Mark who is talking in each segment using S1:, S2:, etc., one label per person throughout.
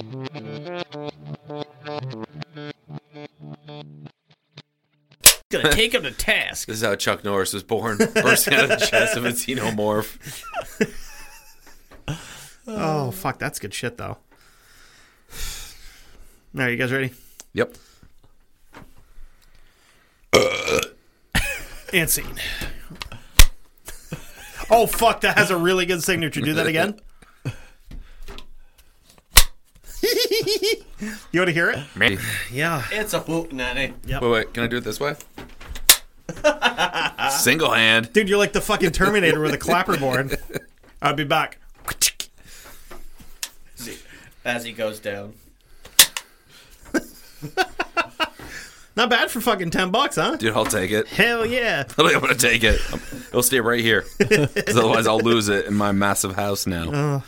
S1: Gonna take him to task.
S2: This is how Chuck Norris was born, bursting out of the chest of a xenomorph.
S3: Oh fuck, that's good shit though. All right, you guys ready?
S2: Yep.
S3: And scene. Oh fuck, that has a really good signature. Do that again. you want to hear it?
S2: Wait,
S3: Yeah.
S4: It's a boot nanny.
S2: wait, can I do it this way? Single hand.
S3: Dude, you're like the fucking Terminator with a clapperboard. I'll be back.
S4: As he goes down.
S3: Not bad for fucking 10 bucks, huh?
S2: Dude, I'll take it.
S3: Hell yeah.
S2: Literally, I'm gonna take it. Um, It'll stay right here. 'Cause otherwise, I'll lose it in my massive house now.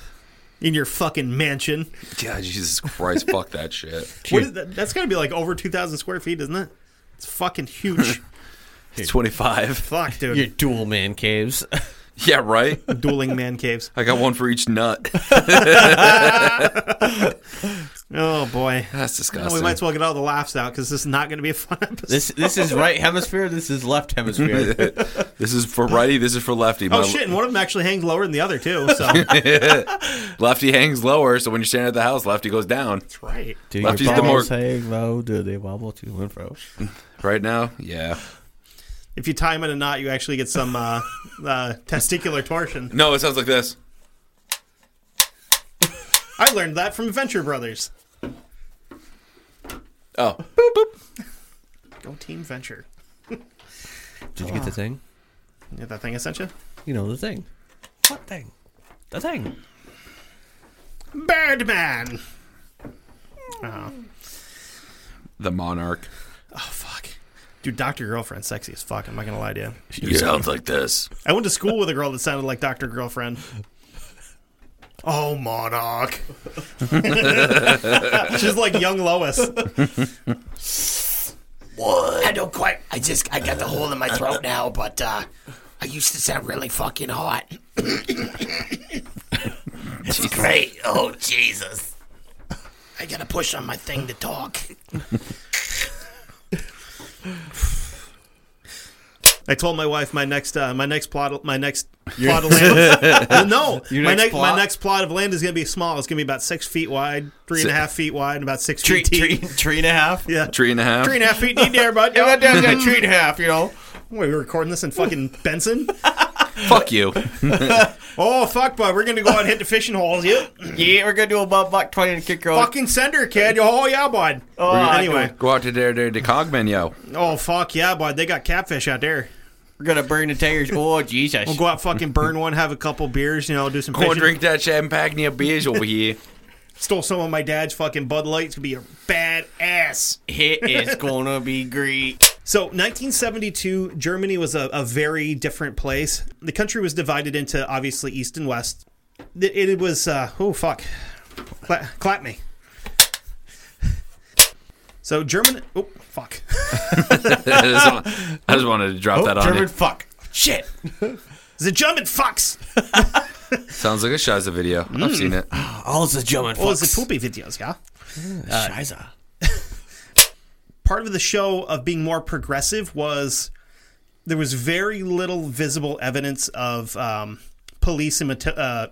S3: In your fucking mansion.
S2: God, Jesus Christ, fuck that shit.
S3: What is that? That's got to be like over 2,000 square feet, isn't it? It's fucking huge.
S2: It's 25.
S3: Fuck, dude.
S1: Your dual man caves.
S2: Yeah, right.
S3: Dueling man caves.
S2: I got one for each nut.
S3: Oh, boy.
S2: That's
S3: Oh,
S2: disgusting.
S3: we might as well get all the laughs out because this is not going to be a fun episode.
S1: This
S4: This is right hemisphere, this is left hemisphere.
S2: This is for righty. This is for lefty.
S3: oh,
S2: My
S3: shit. And one of them actually hangs lower than the other, too. So,
S2: Lefty hangs lower, so when you're standing at the house, lefty goes down.
S3: that's right.
S1: do
S2: your Lefty's the balls more-
S1: hang low? Do they wobble to and fro?
S2: Right now, yeah.
S3: If you tie him in a knot, you actually get some uh, uh, testicular torsion.
S2: No, it sounds like this.
S3: I learned that from Venture Brothers.
S2: Oh,
S3: Go Team Venture.
S1: Did you get the thing?
S3: Yeah, that thing I sent you?
S1: You know the thing. What thing? The thing.
S3: Birdman. Oh,
S2: the monarch.
S3: fuck. Dude, Dr. Girlfriend, sexy as fuck. I'm not going to lie to you.
S2: You sounds like this.
S3: I went to school with a girl that sounded like Dr. Girlfriend. Oh, Monarch. She's like young Lois.
S5: I don't quite. I just I got the hole in my throat now, but uh, I used to sound really fucking hot. it's great. Oh Jesus! I gotta push on my thing to talk.
S3: I told my wife my next uh, my next plot my next plot of land. no, my
S4: next
S3: next my
S4: plot?
S3: next plot of land is going to be small. It's going to be about six feet wide, three and a
S2: Si-
S3: half feet wide, and about six
S4: tree,
S3: feet deep.
S4: tree, tree and a half?
S3: Yeah,
S2: Tree and a half.
S3: three and a half feet deep there, bud.
S4: That down got tree and a half, you know?
S3: Wait, we're recording this in fucking Benson.
S2: Fuck you.
S3: Oh fuck, bud, we're gonna go out and hit the fishing holes. You
S4: Yeah, we're gonna do about buck 20 and kick your own.
S3: fucking send her, kid. Oh yeah, bud.
S4: Oh, I
S3: anyway,
S2: Go out to there, there, the cogman, yo.
S3: oh fuck yeah, bud. They got catfish out there.
S4: We're gonna burn the tires. Oh, Jesus.
S3: We'll go out, fucking burn one, have a couple beers, you know, do some
S2: Go
S3: fishing.
S2: and drink that champagne beers over here.
S3: Stole some of my dad's fucking Bud Light. It's gonna be a bad ass.
S4: It is gonna be great.
S3: So, 1972, Germany was a, a very different place. The country was divided into obviously East and West. It, it was, uh, oh, fuck. Cla- clap me. So, German, oh, fuck.
S2: I just want- I just wanted to drop
S3: Oh,
S2: that on
S4: German
S2: you.
S4: fuck. Shit.
S3: The German fucks.
S2: Sounds like a Shiza video.
S3: Mm.
S2: I've seen it.
S1: All the German
S3: Oh, it's the poopy videos, yeah?
S1: Scheiße.
S3: part of the show of being more progressive was there was very little visible evidence of um, police and mate- uh,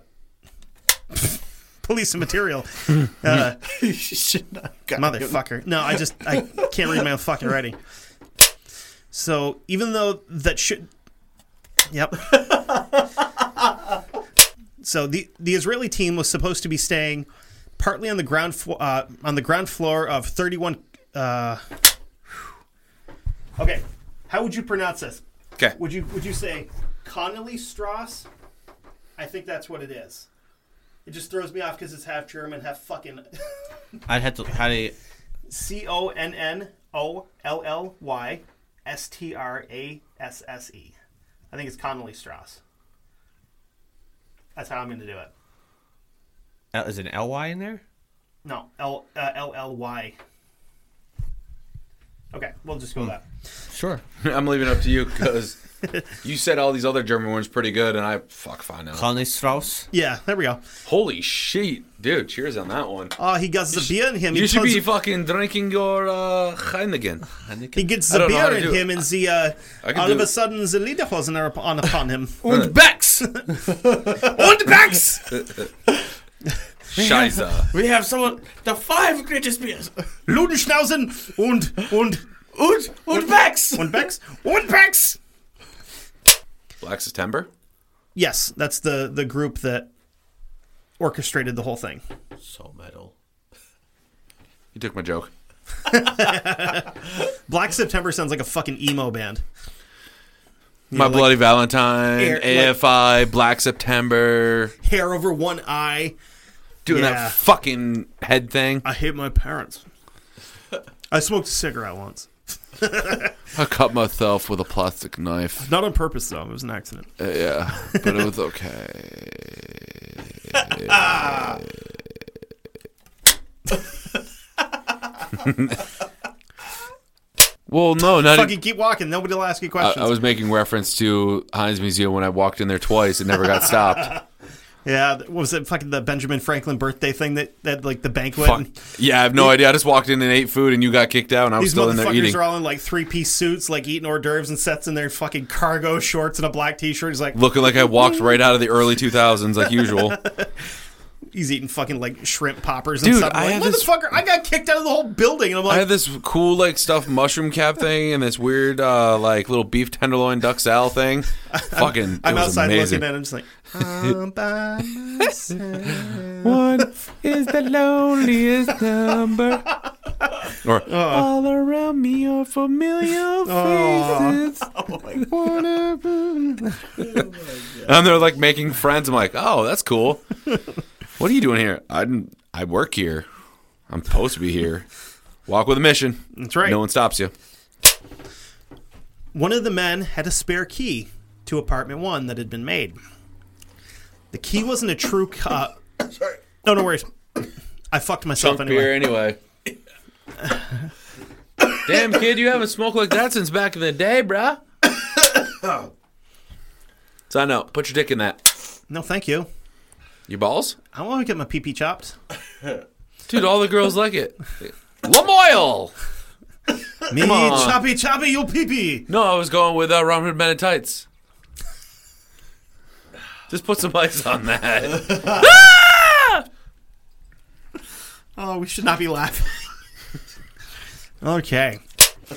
S3: police and material. Uh, motherfucker! No, I just I can't read my own fucking writing. So even though that should, yep. so the the Israeli team was supposed to be staying partly on the ground flo- uh, on the ground floor of 31 uh, Okay. How would you pronounce this?
S2: Okay.
S3: Would you would you say Connolly Strauss? I think that's what it is. It just throws me off because it's half German, half fucking.
S4: I'd have to. How do you.
S3: C O N N O L L Y S T R A S S E. I think it's Connolly Strauss. That's how I'm going to do it.
S4: Uh, is an ly in there?
S3: No, L uh, L L Y. Okay, we'll just go with that.
S4: Sure.
S2: I'm leaving it up to you because you said all these other German ones pretty good, and I fuck fine out.
S4: Connie Strauss.
S3: Yeah, there we go.
S2: Holy shit, dude! Cheers on that one.
S3: Oh, he gets the beer in him.
S2: You
S3: He,
S2: should
S3: puts-
S2: be fucking drinking your uh, Heineken.
S3: he gets the
S2: I don't know how
S3: beer
S2: to
S3: in
S2: do it.
S3: him, and the uh,
S2: I can
S3: all
S2: do
S3: of a
S2: it.
S3: sudden the lederhosen are upon, upon him.
S4: Und Bex.
S3: Und Max.
S2: Scheiße.
S4: we have someone. The five greatest beers.
S3: Ludenschnauzen und und
S4: Und und Bex.
S3: und Bex und Bex.
S2: Black September.
S3: Yes, that's the the group that orchestrated the whole thing.
S4: So metal.
S2: You took my joke.
S3: Black September sounds like a fucking emo band.
S2: My Bloody Valentine,
S3: Air- like-
S2: AFI, Black September,
S3: Hair over one eye.
S2: doing
S3: Yeah.
S2: that fucking head thing.
S3: I hate my parents. I smoked a cigarette once.
S2: I cut myself with a plastic knife.
S3: Not on purpose though. It was an accident.
S2: Yeah, but it was okay. well, no, not.
S3: Fucking keep walking. Nobody will ask you
S2: I,
S3: questions.
S2: I was making reference to Heinz Museum when I walked in there twice. It never got stopped.
S3: yeah, th- what was it? Fucking the Benjamin Franklin birthday thing that that like the banquet.
S2: Fuck.
S3: and
S2: Yeah, I have no idea. I just walked in and ate food, and you got kicked out, and I was
S3: These
S2: still in there
S3: motherfuckers
S2: eating.
S3: are all in like three piece suits, like eating hors d'oeuvres and sets in their fucking cargo shorts and a black t shirt. He's like,
S2: Looking like I walked right out of the early 2000s, like usual.
S3: he's eating fucking like shrimp poppers and
S2: Dude,
S3: stuff. I'm
S2: I
S3: like,
S2: had this-
S3: motherfucker, I got kicked out of the whole building, and I'm
S2: I
S3: like,
S2: had this cool like stuffed mushroom cap thing and this weird uh, like little beef tenderloin duck sal thing. Fucking,
S3: I'm
S2: it was
S3: outside
S2: amazing.
S3: looking at him, just like, I'm by myself.
S2: One is the loneliest number. Or all around me are familiar faces. And they're like making friends. I'm like, oh, that's cool. What are you doing here? I didn't- I work here. I'm supposed to be here. Walk with a mission. That's
S3: right.
S2: No one stops you.
S3: One of the men had a spare key to apartment one that had been made. The key wasn't a true cut. No, no worries. I fucked myself
S2: Drunk
S3: anyway.
S2: beer anyway. Damn kid, you haven't smoked like that since back in the day, bruh. Sign out. Put your dick in that.
S3: No, thank you.
S2: Your balls?
S3: I want to get my pee pee chopped.
S2: Dude, all the girls like it. Lamoille!
S3: Me
S2: on.
S3: choppy choppy, you pee pee.
S2: No, I was going with uh, Robin Hood Men in Tights. Just put some ice on that.
S3: Oh, we should not be laughing. okay.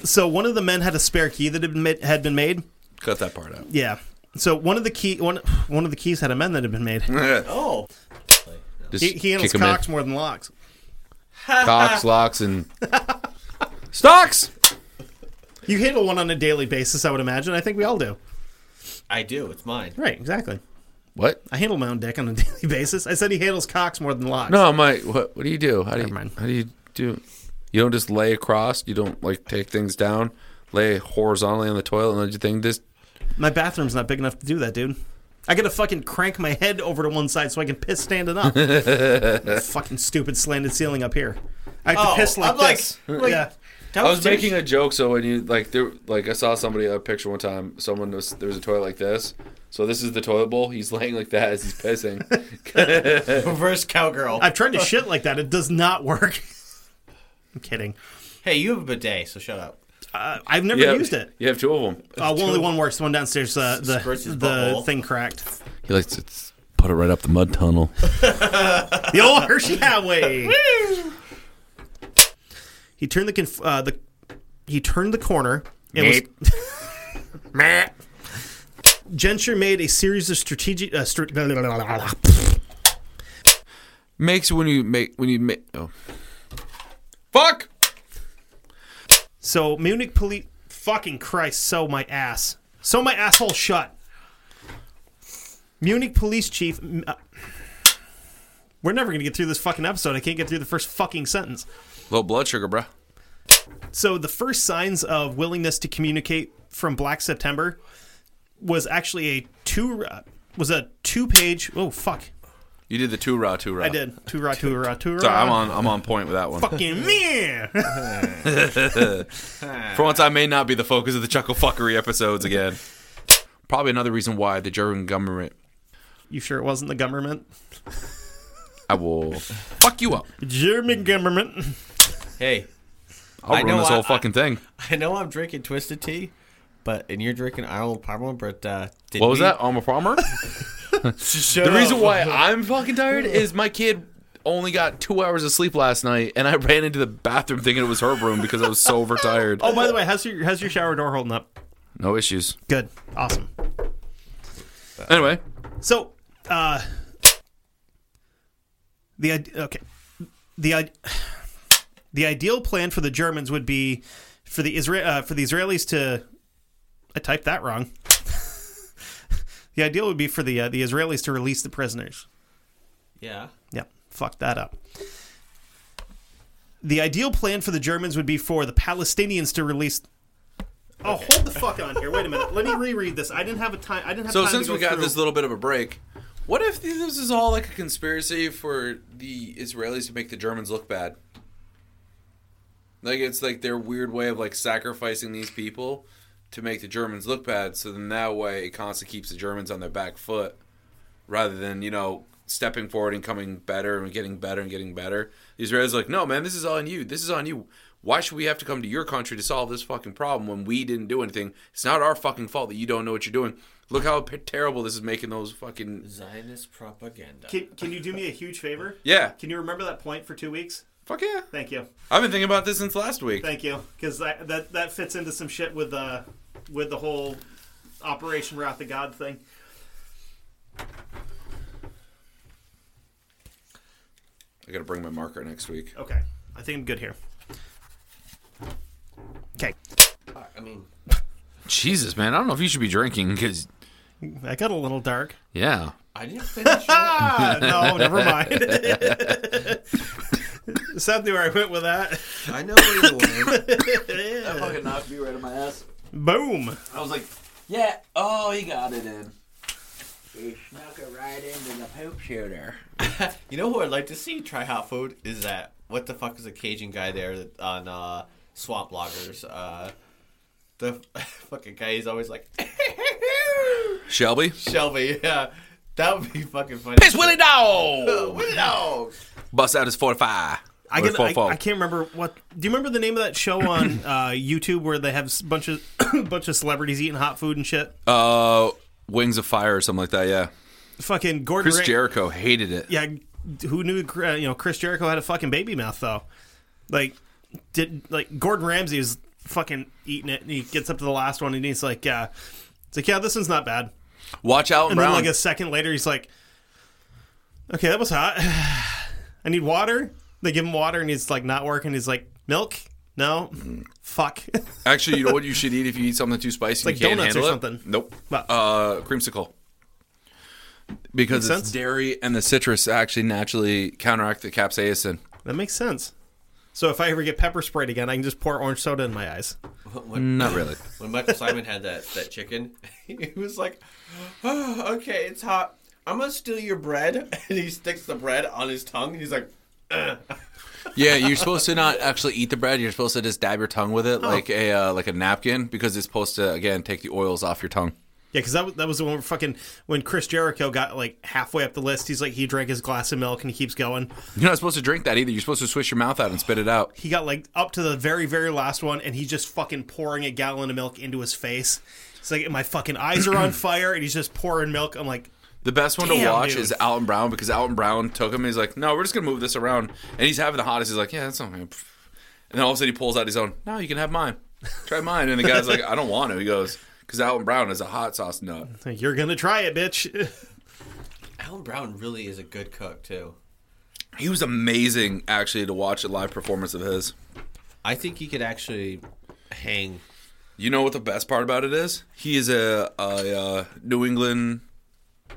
S3: So one of the men had a spare key that had been made, had been made.
S2: Cut that part out.
S3: Yeah. So one of the key one one of the keys had a men that had been made.
S4: Oh.
S2: Just
S3: He, he handles
S2: kick 'em in.
S3: cocks more than locks.
S2: Cocks, locks, and stocks.
S3: You handle one on a daily basis, I would imagine. I think we all do.
S4: I do. It's mine.
S3: Right, exactly.
S2: What?
S3: I handle my own dick on a daily basis. I said he handles cocks more than locks.
S2: No, my what? What do you do? How do you?
S3: mind.
S2: How do you do? You don't just lay across. You don't like take things down, lay horizontally on the toilet, and let your thing just.
S3: My bathroom's not big enough to do that, dude. I gotta fucking crank my head over to one side so I can piss standing up. fucking stupid slanted ceiling up here. I have to
S4: Oh,
S3: piss like
S4: I'm like-
S3: this.
S4: like-
S3: yeah.
S2: I was making a joke, so when you like there, like I saw somebody a picture one time. Someone was there was a toilet like this. So this is the toilet bowl. He's laying like that as he's pissing.
S4: reverse cowgirl.
S3: I've tried to shit like that. It does not work. I'm kidding.
S4: hey, you have a bidet, so shut up.
S3: Uh, I've never
S2: Yeah,
S3: used it.
S2: You have two of them.
S3: Uh, only one works. The one downstairs, uh, the
S4: Squirts his
S3: the
S4: butthole.
S3: thing cracked.
S2: He likes to put it right up the mud tunnel.
S3: The old Hershey Highway. he turned the conf- uh, the he turned the corner. and was- Genscher made a series of strategic. Uh, str-
S2: Makes when you make when you make. Oh, fuck!
S3: so Munich police. Fucking Christ! So my ass. So my asshole shut. Munich police chief. m- uh, we're never gonna get through this fucking episode. I can't get through the first fucking sentence.
S2: Low blood sugar, bruh.
S3: So the first signs of willingness to communicate from Black September was actually a two uh, was a two page. Oh fuck!
S2: You did the two raw, two raw.
S3: I did two ra two ra two ra.
S2: Sorry, I'm on. I'm on point with that one.
S3: Fucking me.
S2: For once, I may not be the focus of the chuckle fuckery episodes again. Probably another reason why the German government.
S3: you sure it wasn't the government?
S2: I will fuck you up.
S3: German government.
S4: Hey,
S2: I'll
S4: I
S2: ruin
S4: know
S2: this whole
S4: I-
S2: fucking thing.
S4: I know I'm drinking twisted tea, but and you're drinking Arnold Palmer. But uh, did
S2: What was
S4: we-
S2: that? Armor Palmer.
S4: Shut
S2: The
S4: up.
S2: reason why I'm fucking tired is my kid only got two hours of sleep last night, and I ran into the bathroom thinking it was her room because I was so overtired.
S3: Oh, by the way, how's your how's your shower door holding up?
S2: No issues.
S3: Good, awesome.
S2: Anyway,
S3: So, uh, the id- okay, the id- the ideal plan for the Germans would be for the Isra- uh, for the Israelis to. I typed that wrong. the ideal would be for the uh, the Israelis to release the prisoners.
S4: Yeah.
S3: Yep, fucked that up. The ideal plan for the Germans would be for the Palestinians to release. Oh, hold the fuck on here. Wait a minute. Let me reread this. I didn't have a time. I didn't have
S2: so
S3: time
S2: since
S3: to go
S2: we got
S3: through.
S2: this little bit of a break, what if this is all like a conspiracy for the Israelis to make the Germans look bad? Like it's like their weird way of like sacrificing these people to make the Germans look bad. So then that way it constantly keeps the Germans on their back foot rather than you know stepping forward and coming better and getting better and getting better. The Israelis are like, no man, this is on you. This is on you. Why should we have to come to your country to solve this fucking problem when we didn't do anything? It's not our fucking fault that you don't know what you're doing. Look how p- terrible this is making those fucking
S4: Zionist propaganda.
S3: Can, can you do me a huge favor?
S2: yeah.
S3: Can you remember that point for two weeks?
S2: Fuck yeah.
S3: Thank you,
S2: I've been thinking about this since last week.
S3: thank you, because that, that that fits into some shit with uh with the whole Operation Wrath of God thing.
S2: I gotta bring my marker next week.
S3: Okay, I think I'm good here. Okay,
S4: I mean,
S2: Jesus, man, I don't know if you should be drinking because
S3: that got a little dark.
S2: yeah,
S4: I didn't finish. it.
S3: Ah, no, never mind. Is that where I went with that?
S4: I know where you went.
S6: That fucking knocked me right in my ass.
S3: Boom.
S6: I was like, yeah, oh, he got it in. He snuck it right into the poop shooter.
S4: You know who I'd like to see try hot food is that what the fuck is a Cajun guy there that- on uh, Swamp Loggers? Uh, the fucking guy he's always like
S2: Shelby.
S4: Shelby. Yeah, that would be fucking funny.
S2: It's Willie
S4: Uh,
S2: Dog.
S4: Willie Dog.
S2: Bust out his forty five.
S3: I, can, I, I can't remember what. Do you remember the name of that show on uh, YouTube where they have a bunch of bunch of celebrities eating hot food and shit?
S2: Uh, Wings of Fire or something like that. Yeah,
S3: fucking Gordon.
S2: Chris
S3: Ra-
S2: Jericho hated it.
S3: Yeah, who knew? Uh, you know, Chris Jericho had a fucking baby mouth though. Like, did like Gordon Ramsay was fucking eating it, and he gets up to the last one, and he's like, "Yeah, it's like, yeah, this one's not bad."
S2: Watch out,
S3: And then
S2: Brown.
S3: like a second later, he's like, "Okay, that was hot. I need water." They give him water, and he's like, "Not working." He's like, "Milk." No, fuck.
S2: Actually, you know what you should eat if you eat something too spicy?
S3: Like
S2: you can't
S3: donuts or
S2: handle
S3: something.
S2: It? Nope.
S3: What?
S2: Uh, creamsicle. Because
S3: Makes
S2: it's
S3: sense.
S2: dairy and the citrus actually naturally counteract the capsaicin.
S3: that makes sense. So if I ever get pepper sprayed again, I can just pour orange soda in my eyes.
S4: When,
S2: Not really.
S4: when Michael Simon had that that chicken, he was like, oh, "Okay, it's hot. I'm gonna steal your bread," and he sticks the bread on his tongue. And he's like, "Ugh."
S2: yeah, you're supposed to not actually eat the bread. You're supposed to just dab your tongue with it,
S3: Oh.
S2: like a uh, like a napkin, because it's supposed to again take the oils off your tongue.
S3: Yeah, because that, was- that was the one where fucking when Chris Jericho got like halfway up the list, he's like he drank his glass of milk and he keeps going.
S2: You're not supposed to drink that either. You're supposed to swish your mouth out and spit it out.
S3: He got like up to the very very last one and he's just fucking pouring a gallon of milk into his face. It's like my fucking eyes are on fire and he's just pouring milk. I'm like,
S2: The best one to
S3: Damn,
S2: watch
S3: dude.
S2: is Alton Brown because Alton Brown took him. and He's like, "No, we're just gonna move this around," and he's having the hottest. He's like, "Yeah, that's not." And then all of a sudden he pulls out his own. No, you can have mine. Try mine. And the guy's like, "I don't want to." He goes, "Because Alton Brown is a hot sauce nut."
S3: you're gonna try it, bitch.
S4: Alan Brown really is a good cook too.
S2: He was amazing actually to watch a live performance of his.
S4: I think he could actually hang."
S2: You know what the best part about it is? He is a, a uh, New England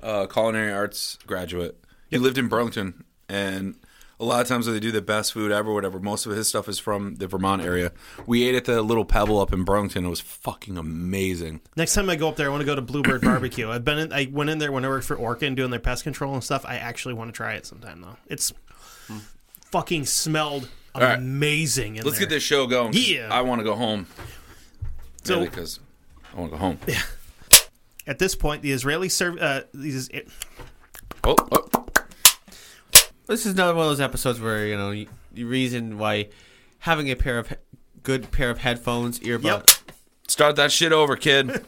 S2: uh, culinary arts graduate. He lived in Burlington, and a lot of times where they do the best food ever, whatever. Most of his stuff is from the Vermont area. We ate at the Little Pebble up in Burlington. It was fucking amazing.
S3: Next time I go up there, I want to go to Bluebird Barbecue. I've been in, I went in there when I worked for Orkin doing their pest control and stuff. I actually want to try it sometime though. It's fucking smelled
S2: right.
S3: amazing. In
S2: Let's
S3: there.
S2: get this show going. 'cause
S3: Yeah.
S2: I want to go home.
S3: So-
S2: because I want to go home.
S3: At this point, the Israeli serv- uh, these
S2: Oh, oh.
S4: This is another one of those episodes where you know you, the reason why having a pair of he- good pair of headphones, earbuds.
S3: Yep.
S2: Start that shit over, kid.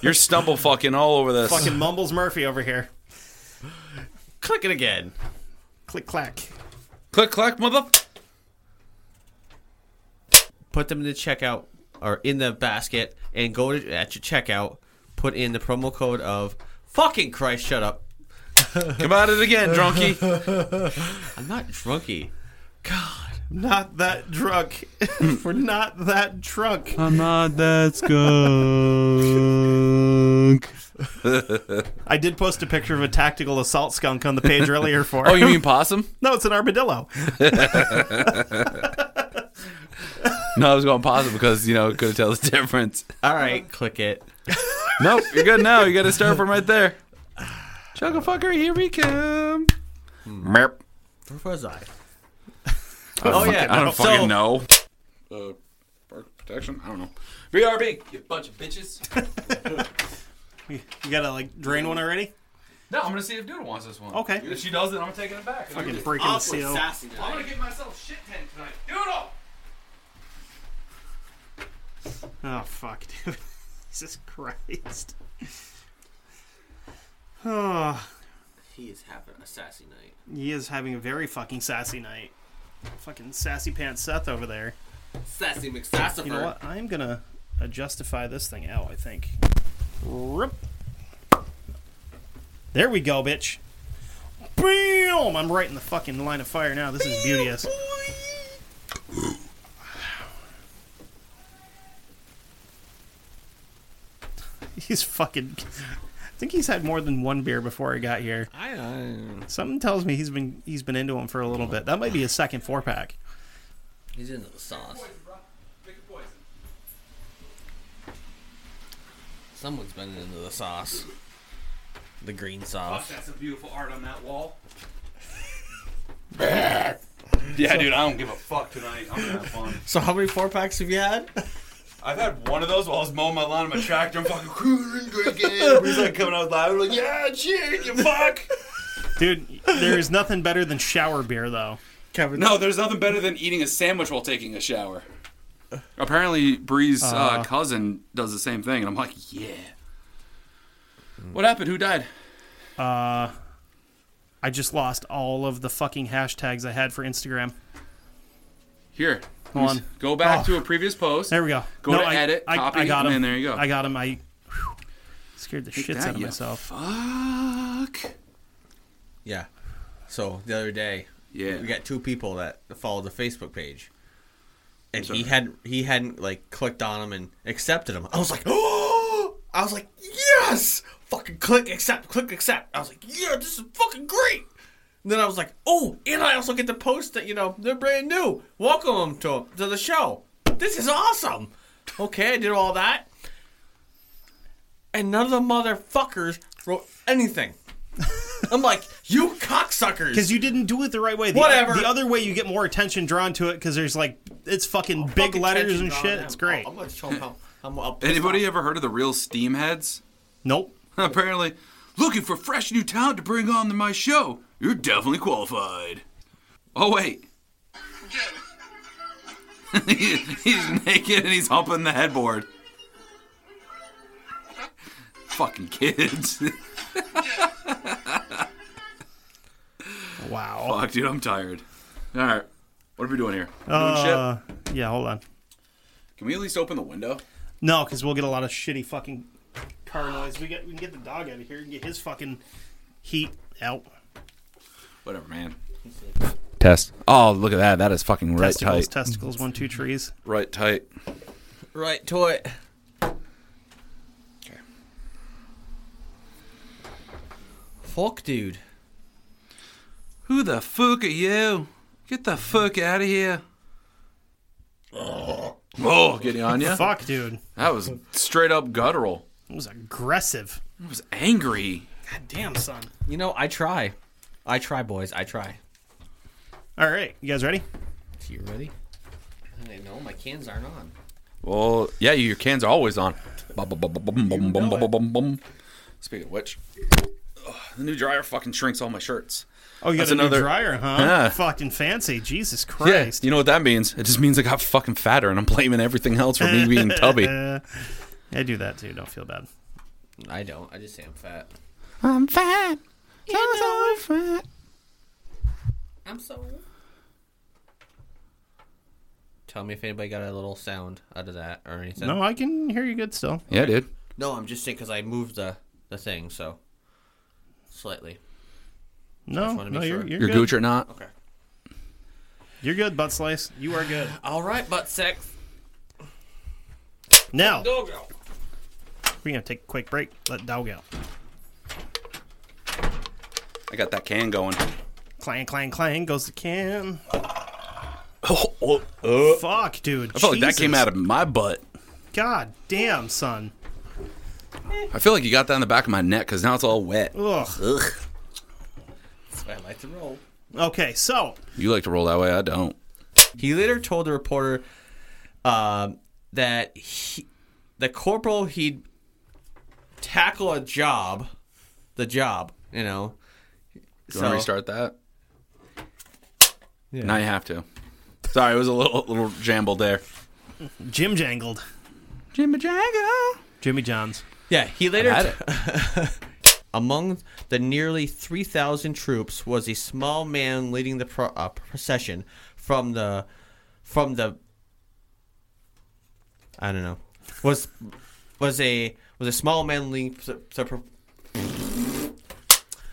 S2: You're stumble fucking all over this.
S3: fucking mumbles Murphy over here.
S4: Click it again.
S3: Click clack.
S2: Click, clack, mother.
S4: Put them in the checkout or in the basket, and go to, at your checkout. Put in the promo code of fucking Christ. Shut up.
S2: Come at it again, drunkie.
S4: I'm not drunky.
S3: Not that drunk. We're not that drunk.
S2: Um,
S1: I'm not that skunk.
S3: I did post a picture of a tactical assault skunk on the page earlier for.
S2: Oh, you mean possum?
S3: no, it's an armadillo.
S2: No, I was going possum because, you know, it could tell the difference.
S4: All right, click it.
S2: Nope, you're good now. You got to start from right there. Chugga fucker, here we come. Merp.
S4: Where was I?
S2: Oh,
S4: yeah.
S2: I don't
S4: So-
S2: fucking know. Uh, bark protection? I don't know. BRB, you bunch of bitches.
S3: You gotta like drain one already.
S2: No, I'm going to see if Duda wants this one.
S3: Okay.
S2: If she doesn't, I'm taking it back.
S3: Fucking breaking the seal.
S2: I'm going to give myself shit 10 tonight. Doodle!
S3: Oh fuck, dude. Jesus Christ. Oh,
S4: He is having a sassy night.
S3: he is having a very fucking sassy night. Fucking sassy pants Seth over there.
S4: Sassy
S3: You know what? I'm gonna uh, justify this thing out. I think. Rip. There we go, bitch. Boom! I'm right in the fucking line of fire now. This is beauteous. He's fucking. I think he's had more than one beer before I got here.
S4: I, I-
S3: Something tells me he's been he's been into him for a little bit. That might be his second four pack.
S4: he's into the sauce.
S2: Pick a poison.
S4: Someone's been into the sauce. The green sauce.
S2: That's a beautiful art on that wall. yeah, dude, I don't give a fuck tonight. I'm gonna have fun.
S4: So how many four packs have you had?
S2: I've had one of those while I was mowing my lawn in my tractor. I'm fucking cruising, drinking. Everybody's like coming out loud. I'm like, yeah, cheers, you fuck.
S3: Dude, there is nothing better than shower beer though.
S4: Kevin.
S2: No, there's nothing better than eating a sandwich while taking a shower. Apparently, Bree's uh,
S3: Uh-huh.
S2: cousin does the same thing, and I'm like, yeah. What happened? Who died?
S3: I just lost all of the fucking hashtags I had for Instagram.
S2: Here.
S3: Hold on.
S2: Go back
S3: Oh.
S2: to a previous post.
S3: There we go.
S2: Go to edit, copy,
S3: I got
S2: and
S3: him.
S2: then there you go.
S3: I got him. I whew, scared the shits
S2: that,
S3: out of
S2: you
S3: myself.
S2: Fuck.
S4: Yeah. So the other day,
S2: Yeah.
S4: we got two people that followed the Facebook page, and he hadn't he hadn't like clicked on him and accepted him. I was like, oh! I was like, yes! Fucking click accept, click accept. I was like, yeah, this is fucking great. And then I was like, oh, and I also get to post that you know they're brand new. Welcome 'em to to the show. This is awesome. Okay, I did all that, and none of the motherfuckers wrote anything. I'm like, you cocksuckers.
S3: Because you didn't do it the right way. The,
S4: Whatever.
S3: The other way, you get more attention drawn to it because there's like it's fucking big
S4: fucking
S3: letters
S4: attention
S3: and
S4: drawn
S3: shit.
S4: them.
S3: It's great.
S4: Oh, I'm gonna show 'em how. I'm, I'll piss
S2: Anybody
S4: off.
S2: ever heard of the real steamheads?
S3: nope.
S2: Apparently, looking for fresh new talent to bring on to my show. You're definitely qualified. Oh wait. he's naked and he's humping the headboard. Fucking kids.
S3: Wow.
S2: Fuck, dude, I'm tired. All right, what are we doing here? Doing
S3: Uh, yeah. Hold on.
S2: shit? Can we at least open the window?
S3: No, because we'll get a lot of shitty fucking car noise. We get we can get the dog out of here and get his fucking heat out.
S2: Whatever, man. Test. Oh, look at that. That is fucking right
S3: Testicles, testicles, one, two trees.
S2: right tight.
S4: Right to it. Fuck, dude.
S2: Who the fuck are you? Get the fuck out of here. Oh, Gideonia.
S3: Fuck, dude.
S2: That was straight up guttural.
S3: It was aggressive.
S2: I was angry.
S3: God damn, son.
S4: You know, I try. I try, boys. I try.
S3: All right, you guys ready?
S4: You ready? I know my cans aren't on.
S2: Well, yeah, your cans are always on. Bum, bum, bum, bum, bum, bum, bum, bum, bum. Speaking of which, ugh, the new dryer fucking shrinks all my shirts.
S3: Oh, you
S2: That's
S3: got a
S2: another-
S3: new dryer, huh?
S2: Yeah.
S3: Fucking fancy. Jesus
S2: Yeah,
S3: Christ.
S2: you know what that means? It just means I got fucking fatter, and I'm blaming everything else for me being tubby.
S3: Uh, I do that too. Don't feel bad.
S4: I don't. I just say I'm fat.
S2: I'm fat. I'm so fat.
S4: I'm so. Tell me if anybody got a little sound out of that or anything.
S3: No, I can hear you good still.
S2: Yeah, dude.
S4: No, I'm just saying because I moved the the thing so slightly.
S3: No,
S4: wanted to
S3: no,
S4: make
S3: you're,
S4: sure.
S3: you're
S2: Your
S3: good.
S2: gooch or not?
S4: Okay.
S3: You're good, butt slice. You are good.
S4: All right, butt sex.
S3: Now
S4: Go go.
S3: we're gonna take a quick break. Let dog out.
S2: I got that can going.
S3: Clang, clang, clang goes the can.
S2: Oh, oh, oh.
S3: Fuck, dude.
S2: I felt like that came
S3: Jesus.
S2: out of my butt.
S3: God damn, son.
S2: I feel like you got that in the back of my neck because now it's all wet.
S3: Ugh.
S2: Ugh.
S4: That's why I like to roll.
S3: Okay, so
S2: You like to roll that way. I don't.
S4: He later told the reporter um, that he, the corporal he'd tackle a job, the job, you know.
S2: Do you want to restart that? Now you have to. Sorry, it was a little little jamble there.
S3: Jim jangled.
S2: Jimmy Jago.
S3: Jimmy Johns.
S4: Yeah, he later.
S2: Had
S4: t-
S2: it.
S4: Among the nearly 3,000 troops was a small man leading the pro- uh, procession from the from the I don't know was was a was a small man leading the- the pro-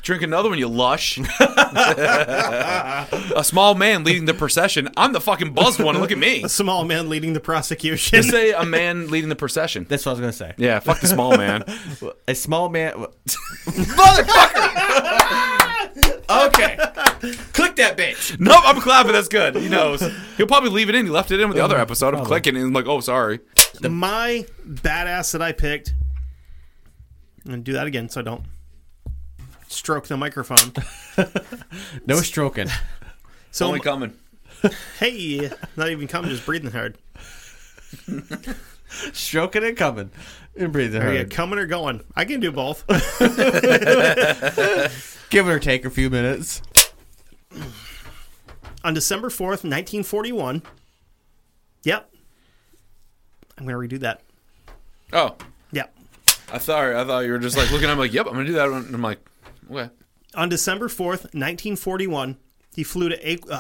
S2: Drink another one, you lush. a small man leading the procession. I'm the fucking buzzed one. Look at me.
S3: A small man leading the prosecution.
S2: Just say a man leading the procession.
S4: that's what I was gonna say
S2: Yeah, fuck the small man.
S4: a small man
S2: okay.
S4: click that bitch
S2: Nope, I'm clapping. That's good. He knows. He'll probably leave it in. He left it in with the
S3: Uh-huh.
S2: other episode. I'm clicking and I'm like, oh, sorry.
S3: My badass that I picked. I'm gonna do that again so I don't stroke the microphone.
S4: no stroking
S3: So
S2: Only coming.
S3: hey, not even coming, just breathing hard.
S4: stroking and coming and breathing
S3: Are you
S4: hard.
S3: coming or going? I can do both.
S4: give or take a few minutes
S3: on December 4th, 1941. Yep. I'm going to redo that.
S2: Oh,
S3: Yep.
S2: I thought I thought you were just like looking. I'm like, yep, I'm gonna do that one. And I'm like, okay.
S3: On December 4th, 1941, he flew to. Aqu- uh,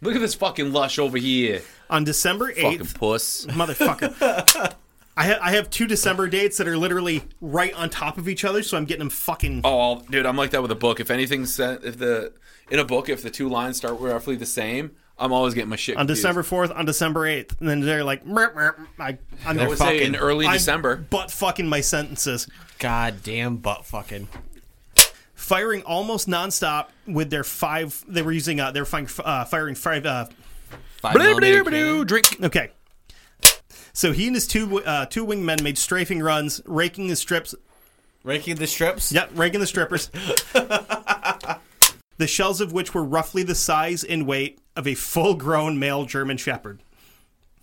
S2: Look at this fucking lush over here.
S3: on December 8th.
S2: Fucking puss.
S3: Motherfucker. I, ha- I have two December dates that are literally right on top of each other, so I'm getting them fucking.
S2: Oh, I'll- dude, I'm like that with a book. If anything, sa- if the in a book, if the two lines start roughly the same, I'm always getting my shit.
S3: on
S2: confused.
S3: December 4th, on December 8th. And then they're like, "Merp, merp." I, I'm
S2: I would say in early
S3: I'm
S2: December.
S3: butt fucking my sentences.
S4: god damn butt fucking
S3: Firing almost nonstop with their five. They were using, uh, they were firing, uh, firing five, uh,
S4: Five
S2: Blah, blah,
S4: millimeter
S2: blah,
S4: cannon.
S2: blah, Drink.
S3: Okay. So he and his two uh, two wingmen made strafing runs, raking the strips.
S4: raking the strips
S3: Yep, raking the strippers. the shells of which were roughly the size and weight of a full-grown male German Shepherd.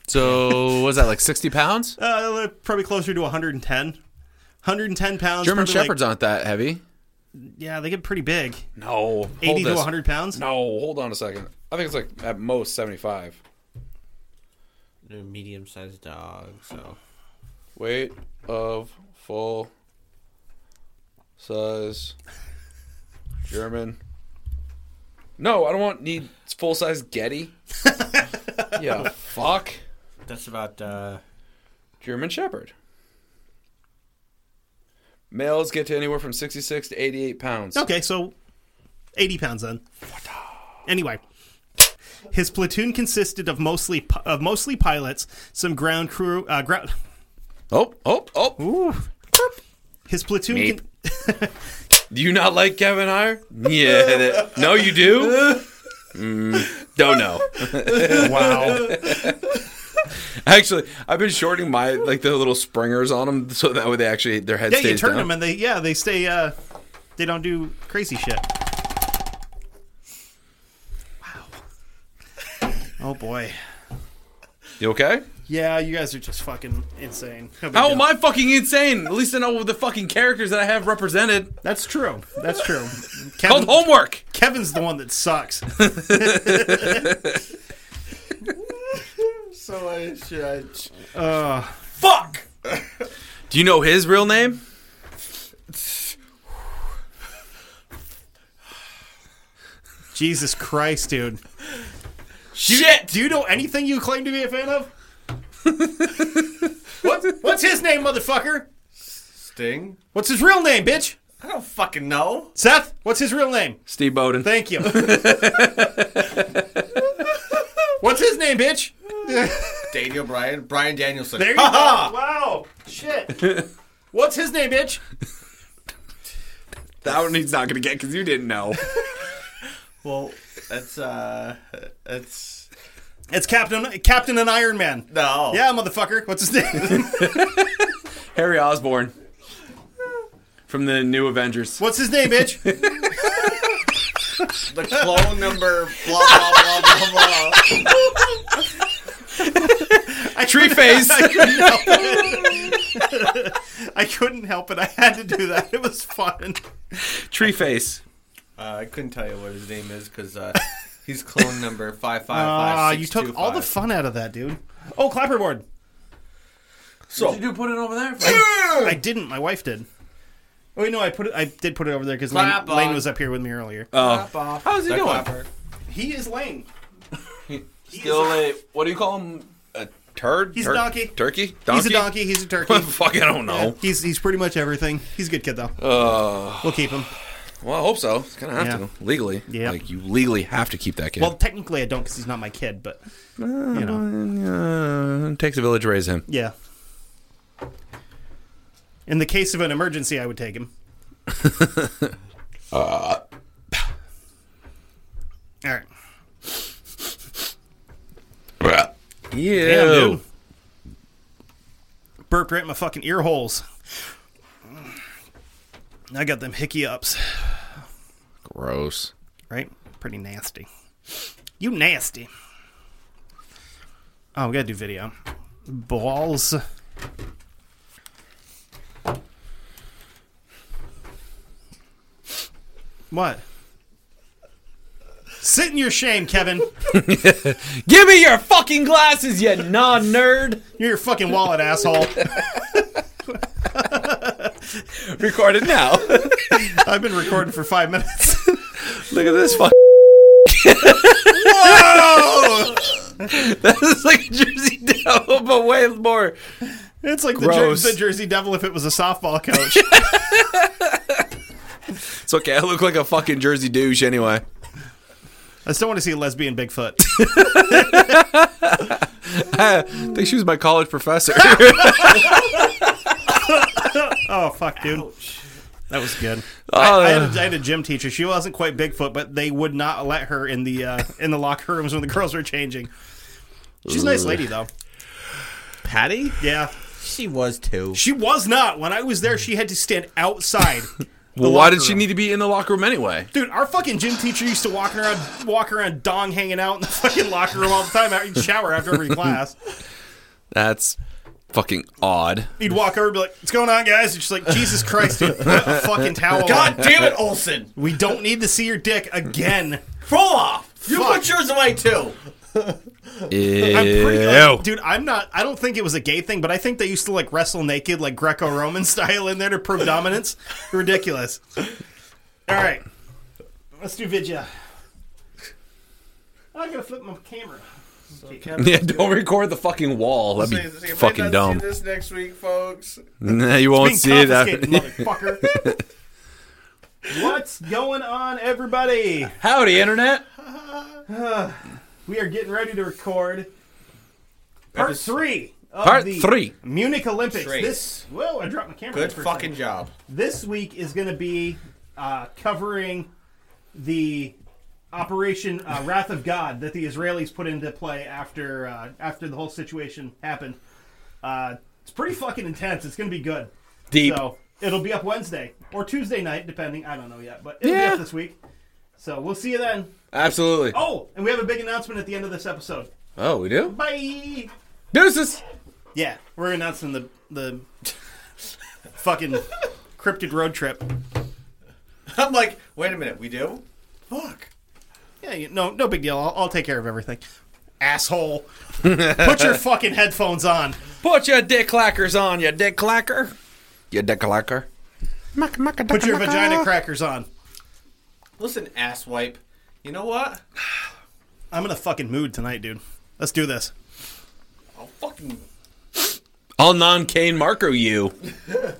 S2: So was that like 60 pounds?
S3: Uh, probably closer to 110. 110 pounds. probably
S2: German
S3: like-
S2: shepherds aren't that heavy.
S3: yeah, they get pretty big.
S2: No,
S3: 80 to 100 pounds.
S2: No, hold on a second. I think it's like at most 75.
S4: They're medium-sized dog so
S2: Weight of full size German. No, I don't want need full size Getty. yeah, fuck
S4: that's about uh
S2: German Shepherd. Males get to anywhere from 66 to 88 pounds.
S3: Okay, so 80 pounds then. Anyway, his platoon consisted of mostly pi- of mostly pilots, some ground crew, uh, ground.
S2: Oh, oh, oh.
S3: His platoon.
S2: Meep.
S3: Con-
S2: Do you not like Kevin Hire? Yeah. that- no, you do? Mm, don't know.
S3: Wow.
S2: Actually, I've been shorting my like the little springers on them so that way they actually their head
S3: yeah,
S2: stays
S3: you turn
S2: down.
S3: them and they yeah they stay. uh They don't do crazy shit. Wow. Oh boy.
S2: you okay?
S3: Yeah, you guys are just fucking insane. No big
S2: How
S3: deal.
S2: am I fucking insane? At least I know the fucking characters that I have represented.
S3: That's true. That's true.
S2: Called
S3: Kevin,
S2: homework.
S3: Kevin's the one that sucks.
S4: So I should.
S3: Uh,
S2: Fuck. Do you know his real name?
S3: Jesus Christ, dude.
S2: Shit.
S3: Do you know anything you claim to be a fan of? what, what's his name, motherfucker?
S4: Sting?
S3: What's his real name, bitch?
S4: I don't fucking know.
S3: Seth, what's his real name?
S2: Steve Bowden.
S3: Thank you. what's his name, bitch?
S4: Daniel Bryan, Brian Danielson.
S3: There you go. Wow. Shit. What's his name, bitch?
S2: That one he's not gonna get because you didn't know.
S4: Well, that's uh, that's oh,
S3: It's Captain Captain and Iron Man.
S4: no.
S3: Yeah, motherfucker. What's his name?
S2: Harry Osborn from the New Avengers.
S3: What's his name, bitch?
S4: the clone number blah blah blah blah blah.
S2: Tree face.
S3: I couldn't help it. I had to do that. It was fun.
S2: Tree face.
S4: Uh, I couldn't tell you what his name is because uh, he's clone number five five
S3: Ah,
S4: five.
S3: you took all the fun out of that, dude. Oh, clapperboard.
S2: What did you put it over there for?
S3: I didn't. My wife did. Oh wait, no, I put it. I did put it over there because Lane,
S4: Clap on.
S3: Lane was up here with me earlier.
S2: Oh.
S4: off.
S2: How's he
S4: That
S2: doing?
S4: clapper.
S3: he is Lane.
S2: Still a, what do you call him? A turd?
S3: He's a
S2: Tur-
S3: donkey.
S2: Turkey? Donkey?
S3: He's a donkey. He's a turkey.
S2: Fuck, I don't know.
S3: He's he's pretty much everything. He's a good kid though. we'll keep him.
S2: Well, I hope so. It's gonna have
S3: Yeah.
S2: to legally.
S3: Yeah.
S2: Like you legally have to keep that kid.
S3: Well, technically, I don't because he's not my kid, but you know,
S2: uh, it takes a village to raise him.
S3: yeah. In the case of an emergency, I would take him. All right.
S2: yeah.
S3: Damn, dude. Burped right in my fucking ear holes. I got them hickey ups,
S2: Gross.
S3: right? Pretty nasty. You nasty. Oh, we gotta do video. Balls. What? Sit in your shame, Kevin.
S2: Give me your fucking glasses, you non nerd.
S3: You're your fucking wallet, asshole.
S2: Recorded now. Look
S3: I've been recording for five minutes.
S2: at this fucking. Whoa! that is like a Jersey Devil, but way more.
S3: It's like the, Jer-
S2: Gross.
S3: the Jersey Devil if it was a softball coach.
S2: It's okay. I look like a fucking Jersey douche anyway.
S3: I still want to see a lesbian Bigfoot.
S2: I think she was my college professor.
S3: Oh fuck, dude. That was good.
S2: Oh,
S3: I, had a, I had a gym teacher. She wasn't quite Bigfoot, but they would not let her in the uh, in the locker rooms when the girls were changing. She's a nice lady though.
S4: Patty?
S3: Yeah,
S4: She was too.
S3: she was not. When I was there, she had to stand outside.
S2: well, why did
S3: locker
S2: she
S3: room.
S2: need to be in the locker room anyway?
S3: Dude, our fucking gym teacher used to walk around, walk around, dong hanging out in the fucking locker room all the time. Out, he'd shower after every class.
S2: That's fucking odd.
S3: He'd walk over, and be like, "What's going on, guys?" And she's like, "Jesus Christ, dude, put a fucking towel
S4: God
S3: on.
S4: damn it, Olson!
S3: We don't need to see your dick again."
S4: Roll off! You
S3: Fuck.
S4: put yours away too.
S3: I'm pretty
S2: Ew.
S3: dude. I'm not. I don't think it was a gay thing, but I think they used to like wrestle naked, like Greco-Roman style, in there to prove dominance. Ridiculous. All right, let's do vidya. Oh, I gotta flip my camera.
S2: Yeah, don't record the fucking wall. That'd be fucking dumb.
S4: this next week, folks.
S2: Nah, you won't
S3: Being
S2: see
S3: confiscated,
S2: that.
S3: motherfucker. What's going on, everybody?
S2: Howdy, internet.
S3: We are getting ready to record part three. Of
S2: Part
S3: the
S2: three.
S3: Munich Olympics.
S4: Straight.
S3: This whoa, I dropped my camera.
S4: Good
S3: there for a second.
S4: fucking job.
S3: This week is going to be uh, covering the Operation uh, Wrath of God that the Israelis put into play after uh, after the whole situation happened. Uh, it's pretty fucking intense. It's going to be good.
S2: Deep.
S3: So it'll be up Wednesday or Tuesday night, depending. I don't know yet, but it'll be
S2: Yeah.
S3: up this week. So we'll see you then.
S2: Absolutely.
S3: Oh, and we have a big announcement at the end of this episode.
S2: Oh, we do?
S3: Bye.
S2: Deuces!
S3: Yeah, we're announcing the the fucking cryptid road trip.
S4: I'm like, wait a minute, we do? Fuck.
S3: Yeah, you, no, no big deal. I'll, I'll take care of everything. Asshole. Put your fucking headphones on.
S2: Put your dick clackers on, you dick clacker. You dick clacker.
S3: Put your vagina crackers on.
S4: Listen, asswipe. You know what?
S3: I'm in a fucking mood tonight, dude. Let's do this.
S4: I'll fucking
S2: I'll non cane Marco you.
S4: whatever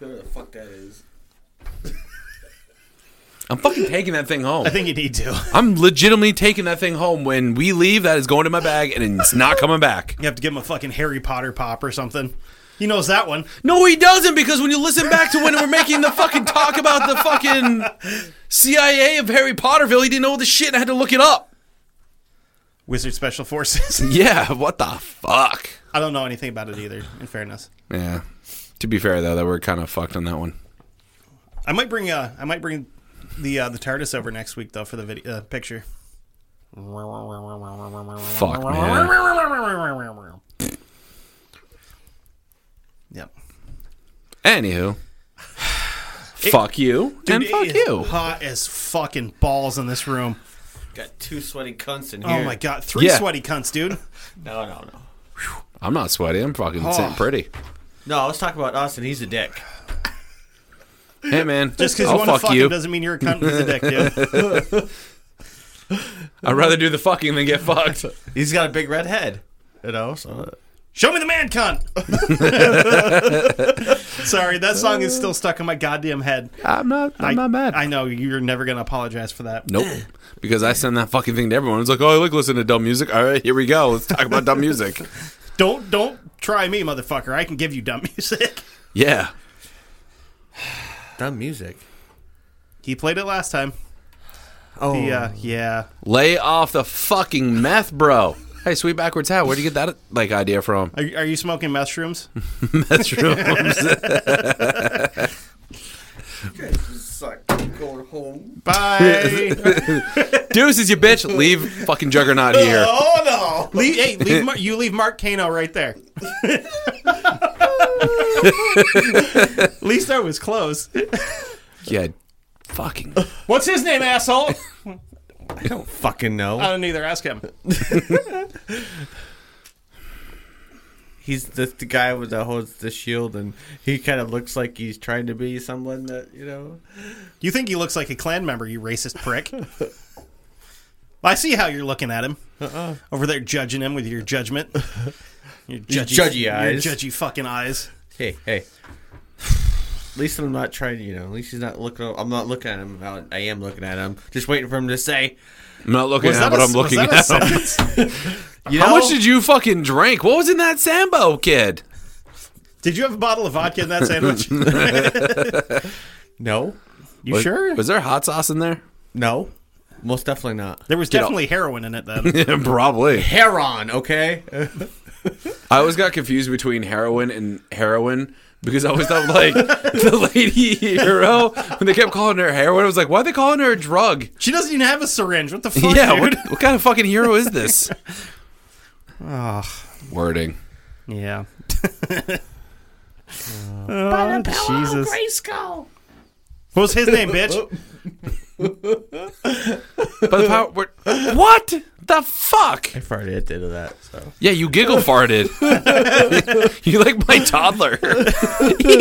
S4: the fuck that is.
S2: I'm fucking taking that thing home.
S3: I think you need to. You
S2: I'm legitimately taking that thing home. When we leave, that is going to my bag and it's not coming back.
S3: have to give him a fucking Harry Potter pop or something. He knows that one.
S2: No, he doesn't, because when you listen back to when we're making the fucking talk about the fucking CIA of Harry Potterville, he didn't know the shit and had to look it up.
S3: Wizard Special Forces.
S2: Yeah, what the fuck?
S3: I don't know anything about it either, in fairness.
S2: Yeah. To be fair though, that we're kind of fucked on that one.
S3: I might bring uh I might bring the uh, the TARDIS over next week though for the video uh, picture.
S2: Fuck, man.
S3: Yep.
S2: Anywho, fuck you and
S3: Dude,
S2: fuck
S3: it is
S2: you.
S3: Hot as fucking balls in this room.
S4: Got two sweaty cunts in here.
S3: Oh my god, three
S2: Yeah.
S3: sweaty cunts, dude.
S4: No, no, no.
S2: I'm not sweaty. I'm fucking sitting pretty.
S4: No, let's talk about us and he's a dick.
S2: Hey, man.
S3: Just because you
S2: I'll
S3: want to
S2: fuck
S3: fuck
S2: you.
S3: him doesn't mean you're a cunt with a dick, dude.
S2: I'd rather do the fucking than get fucked.
S4: He's got a big red head. You know, so uh,
S3: Show me the man cunt. Sorry, that song is still stuck in my goddamn head.
S2: I'm not. I'm not mad.
S3: I know you're never gonna apologize for that.
S2: Nope. Because I send that fucking thing to everyone. It's like, oh, I like listening to dumb music. All right, here we go. Let's talk about dumb music.
S3: Don't don't try me, motherfucker. I can give you dumb music.
S2: Yeah.
S4: dumb music.
S3: He played it last time.
S4: Oh,
S3: The, uh, yeah.
S2: Lay off the fucking meth, bro. Hey, sweet backwards hat. Where'd you get that like idea from?
S3: Are, are you smoking mushrooms?
S2: Mushrooms.
S4: suck. Going home.
S3: Bye.
S2: Deuces, you bitch. Leave fucking Juggernaut here.
S4: Oh no!
S3: leave, hey, leave Mar- you leave Mark Kano right there. At least I was close.
S2: Yeah. Fucking.
S3: What's his name, asshole?
S4: I don't fucking
S3: I
S2: Uh,
S4: know.
S3: don't either. Ask him.
S4: He's the, the guy with the holds the shield, and he kind of looks like he's trying to be someone that you know.
S3: You think he looks like a clan member, you racist prick? I see how you're looking at him over there, judging him with your judgment, Uh-uh. your judgy,
S4: judgy
S3: your
S4: eyes.
S3: judgy fucking eyes.
S4: Hey, hey. At least I'm not trying to, you know. At least he's not looking. I'm not looking at him. I- I am looking at him. Just waiting for him to say,
S2: I'm not looking
S3: Was that
S2: at what
S3: a-
S2: I'm looking
S3: was that a
S2: at.
S3: sentence?
S4: you know,
S2: How much did you fucking drink? What was in that Sambo, kid?
S3: Did you have a bottle of vodka in that sandwich?
S4: No,
S3: you sure?
S2: Was there hot sauce in there?
S4: no, most definitely not.
S3: there was definitely heroin in it then.
S2: Probably.
S4: Heron, okay.
S2: I always got confused between heroin and heroin because I always thought like the lady hero when they kept calling her heroin. I was like, why are they calling her a drug?
S3: She doesn't even have a syringe. What the fuck?
S2: yeah,
S3: dude?
S2: what, what kind of fucking hero is this? Wording.
S3: Yeah. oh, Jesus. What was his name, bitch?
S2: But the power. Word, what the fuck?
S4: I farted at the end of that. So
S2: Yeah, you giggle farted. you like my toddler.
S3: Hey,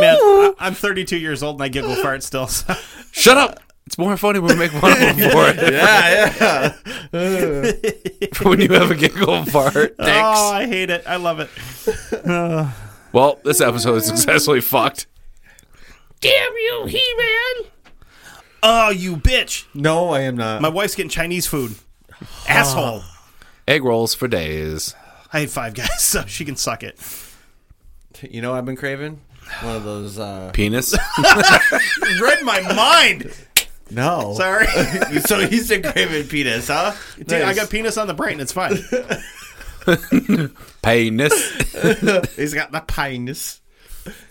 S3: man, I- I'm 32 years old and I giggle fart still. So.
S2: Shut up. It's more funny when we make fun of them for it.
S4: yeah, yeah.
S2: when you have a giggle fart.
S3: Oh, I hate it. I love it.
S2: Well, this episode is successfully fucked.
S3: Oh, you bitch.
S4: No, I am not.
S3: My wife's getting Chinese food. Asshole.
S2: Egg rolls for days.
S3: I had five guys, so she can suck it.
S4: you know, what I've been craving one of those. Uh,
S2: Penis.
S4: read my mind. No,
S3: Sorry.
S4: so he's a graven penis, huh?
S3: Dude, I got penis on the brain. It's fine.
S2: Penis.
S4: he's got the penis.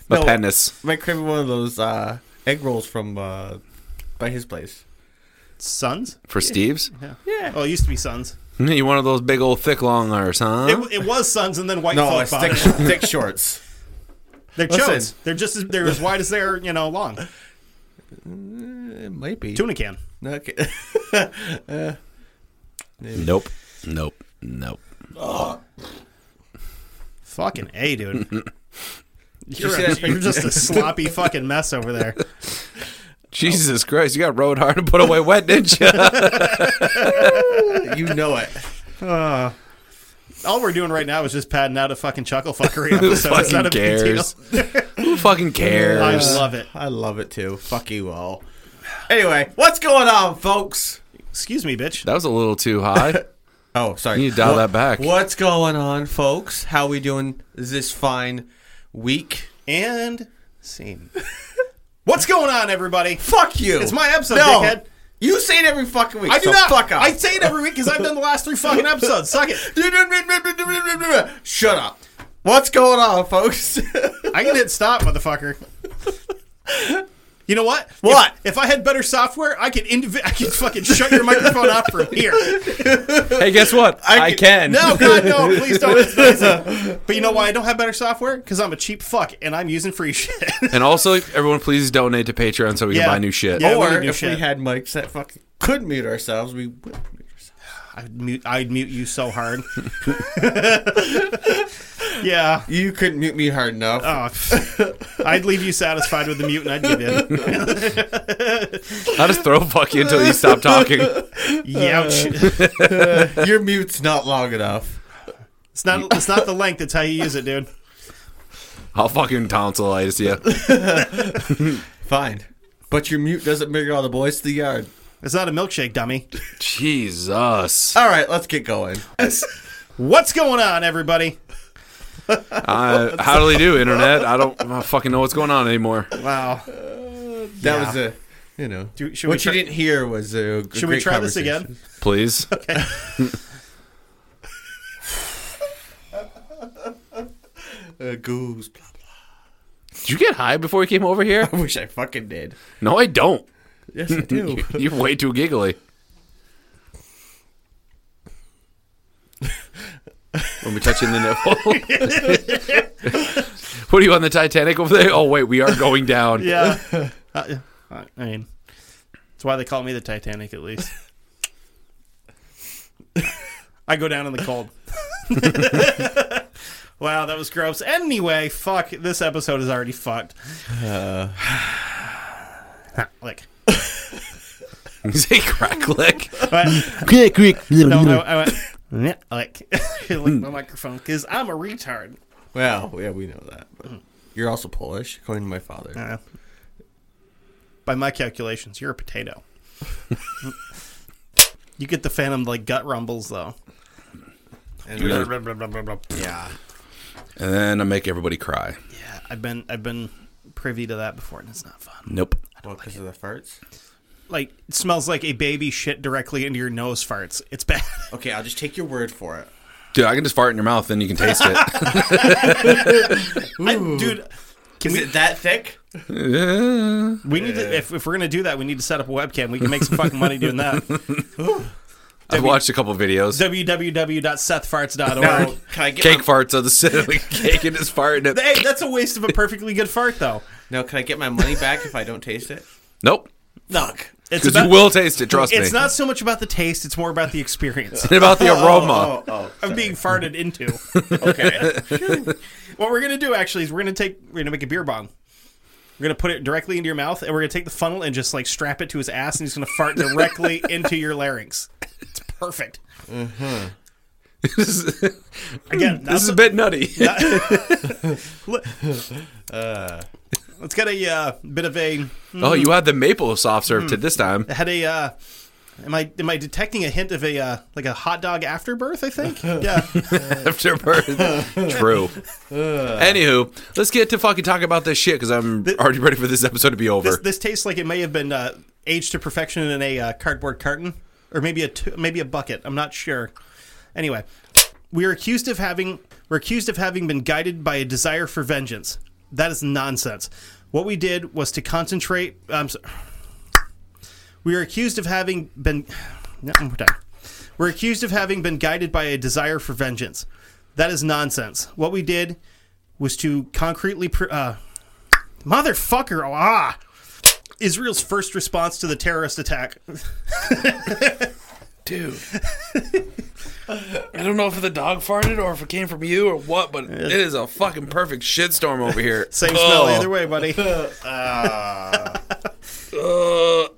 S2: The
S4: No.
S2: penis.
S4: My craving one of those uh, egg rolls from uh, by his place.
S3: Sons?
S2: For Steve's?
S3: Oh, it used to be Sons.
S2: You one of those big old thick long arse, huh?
S3: It, it was Sons and then White
S4: No,
S3: Folk
S4: it's
S3: bought
S4: thick,
S3: it.
S4: thick shorts.
S3: They're
S4: Listen.
S3: chodes. They're just as, they're as wide as they're, you know, long.
S4: It might be.
S3: Tuna can.
S4: Okay.
S1: Nope. Nope. Nope.
S3: Fucking A, dude. You're,
S4: see
S3: a-
S4: that
S3: you're
S4: picture?
S3: just a sloppy fucking mess over there.
S2: Jesus Christ, you got rode hard and put away wet, didn't you?
S4: you know it.
S3: All we're doing right now is just padding out a fucking chuckle fuckery episode. it's not a
S2: fucking
S3: big deal.
S2: cares? Who fucking
S3: I
S2: cares?
S3: love it.
S4: I love it too. Fuck you all. Anyway, what's going on, folks?
S3: Excuse me, bitch.
S2: That was a little too high.
S4: Oh, sorry.
S2: You need to dial that back.
S4: What's going on, folks? How we doing this fine week?
S3: And scene. What's going on, everybody?
S4: Fuck you.
S3: It's my episode,
S4: No.
S3: dickhead.
S4: You say it every fucking week.
S3: I do
S4: so
S3: not.
S4: Fuck off.
S3: I say it every week because I've done the last three fucking episodes. Suck it.
S4: Shut up. What's going on, folks?
S3: I can hit stop, motherfucker. You know what?
S4: What?
S3: If, if I had better software, I could indiv- I could fucking shut your microphone off from here.
S1: Hey, guess what? I, can.
S3: No, God, no! Please don't. It's amazing. But you know why I don't have better software? Because I'm a cheap fuck and I'm using free shit.
S2: and also, everyone, please donate to Patreon so we
S3: Yeah.
S2: can buy new shit.
S3: Yeah. we
S4: or
S3: can do
S4: if we
S3: shit.
S4: had mics that fucking could mute ourselves, we would mute ourselves.
S3: I'd mute, I'd mute you so hard. yeah.
S4: You couldn't mute me hard enough.
S3: Oh, I'd leave you satisfied with the mute and I'd give in.
S2: I'll just throw fuck you until you stop talking.
S3: Youch.
S4: Your mute's not long enough.
S3: It's not, it's not the length, it's how you use it, dude.
S2: I'll fucking tonsilitis you.
S4: Fine. But your mute doesn't bring all the boys to the yard.
S3: It's not a milkshake, dummy.
S2: Jesus.
S4: All right, let's get going.
S3: What's going on, everybody?
S2: Uh, how do they do, internet? I don't I fucking know what's going on anymore.
S3: Wow.
S4: That
S3: Yeah.
S4: was a, you know.
S3: Do- should we
S4: what
S3: try-
S4: you didn't hear was a. g-
S3: Should we
S4: great
S3: try this
S4: conversation.
S3: again?
S2: Please.
S4: Uh, goose. Blah,
S2: Did you get high before you came over here?
S4: blah. I wish I fucking did.
S2: No, I don't.
S4: Yes, I do.
S2: You're way too giggly. when we touch in the nipple. what are you on the Titanic over there? Oh wait, we are going down.
S3: Yeah. Uh, I I mean, that's why they call me the Titanic, at least. I go down in the cold. wow, that was gross. Anyway, fuck. This episode is already fucked.
S4: Uh.
S3: like,
S2: Say crack lick.
S3: but,
S1: Quick, quick.
S3: no, I, I went, Hmm. "Nyeh," like, like my microphone because I'm a retard.
S4: Well, yeah, we know that. But
S3: Hmm.
S4: you're also Polish, according to my father.
S3: Uh, by my calculations, you're a potato. you get the phantom like gut rumbles though.
S4: And we-
S3: Yeah,
S2: And then I make everybody cry.
S3: yeah. I've been I've been privy to that before, and it's not fun.
S2: Nope.
S4: Well, because of the farts.
S3: Like it smells like a baby shit directly into your nose farts. It's bad.
S4: Okay, I'll just take your word for it.
S2: Dude, I can just fart in your mouth, then you can taste it.
S3: I- dude. Can
S4: Is
S3: we,
S4: it that thick?
S2: Yeah.
S3: we need to, if, if we're gonna do that, we need to set up a webcam. We can make some fucking money doing that.
S2: I've watched a couple videos.
S3: www.sethfarts.org.
S4: Can I get
S2: Cake
S4: my,
S2: farts on the sit like cake and just farting it.
S3: Hey, that's a waste of a perfectly good fart, though.
S4: No, can I get my money back if I don't taste it?
S2: Nope.
S3: Look, it's
S2: Because you will taste it, trust
S3: It's
S2: me.
S3: not so much about the taste; it's more about the experience
S2: It's about the aroma.
S4: oh,
S3: of being farted into.
S4: okay.
S3: what we're gonna do actually is we're gonna take we're gonna make a beer bong. We're gonna put it directly into your mouth, and we're gonna take the funnel and just like strap it to his ass, and he's gonna fart directly into your larynx. It's perfect. Again, not
S2: Hmm. this is
S3: so-
S2: a bit nutty.
S3: it's got a uh, bit of a uh,
S2: Oh, you had the maple soft serve to this time.
S3: had a uh, Am I am I detecting a hint of a uh, like a hot dog afterbirth? I think. Yeah.
S2: After birth. True. Anywho, let's get to fucking talk about this shit because I'm already ready for this episode to be over.
S3: this, this tastes like it may have been uh, aged to perfection in a uh, cardboard carton or maybe a t- maybe a bucket. I'm not sure. Anyway, we are accused of having we're accused of having been guided by a desire for vengeance. That is nonsense. What we did was to concentrate. I'm so- we are accused of having been. No, we're done. We're accused of having been guided by a desire for vengeance. That is nonsense. What we did was to concretely. Pr- uh, motherfucker! Ah! Israel's first response to the terrorist attack.
S1: Dude. I don't know if the dog farted or if it came from you or what, but
S2: it is a fucking perfect shitstorm over here.
S3: Same smell
S2: Oh.
S3: either way, buddy.
S4: I'm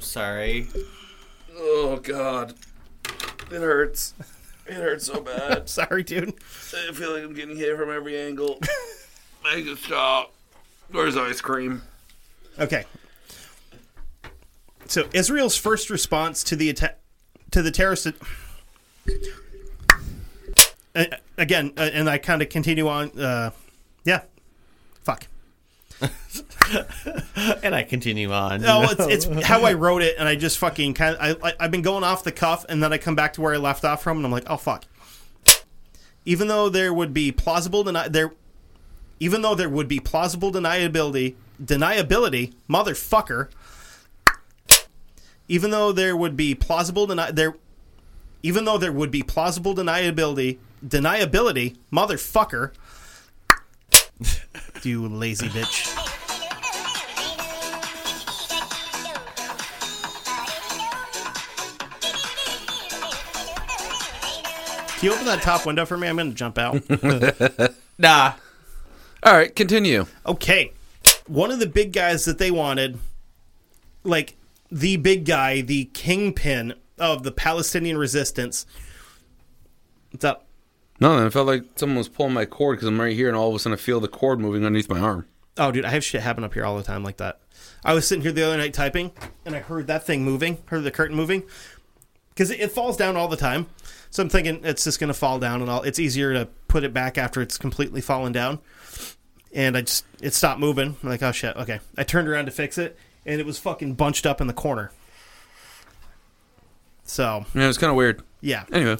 S4: sorry.
S2: Oh god, it hurts. It hurts so bad.
S3: Sorry, dude.
S2: I feel like I'm getting hit from every angle. Make it stop. Where's ice cream?
S3: Okay. So Israel's first response to the attack to the terrorist. at- Uh, again, uh, and I kind of continue on. Uh, yeah, fuck.
S4: And I continue on.
S3: No, it's, it's how I wrote it, and I just fucking kind of. I, I, I've been going off the cuff, and then I come back to where I left off from, and I'm like, oh fuck. Even though there would be plausible deni- there, even though there would be plausible deniability, deniability, motherfucker. Even though there would be plausible deni- there, even though there would be plausible deniability, deniability, motherfucker. you lazy bitch. Can you open that top window for me? I'm going to jump out.
S4: nah.
S2: All right, continue.
S3: Okay. One of the big guys that they wanted, like the big guy, the kingpin of the Palestinian resistance. What's up?
S2: No, then I felt like someone was pulling my cord because I'm right here, and all of a sudden I feel the cord moving underneath my arm.
S3: Oh, dude, I have shit happen up here all the time like that. I was sitting here the other night typing, and I heard that thing moving, heard the curtain moving, because it, it falls down all the time. So I'm thinking it's just gonna fall down, and all. It's easier to put it back after it's completely fallen down. And I just it stopped moving. I'm like, oh shit, okay. I turned around to fix it, and it was fucking bunched up in the corner. So
S2: Yeah, it's kind of weird.
S3: yeah.
S2: Anyway,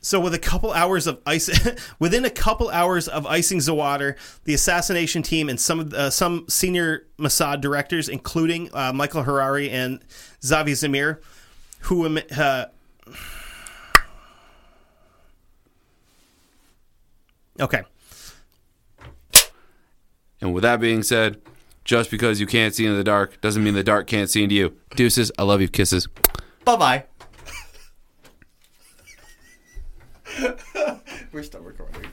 S3: So with a couple hours of ice, within a couple hours of icing Zawater, the assassination team and some of the- uh, some senior Mossad directors, including uh, Michael Harari and Zavi Zamir, who am- uh, okay,
S2: and with that being said, just because you can't see into the dark doesn't mean the dark can't see into you. Deuces, I love you. Kisses.
S4: Bye bye. We're still recording.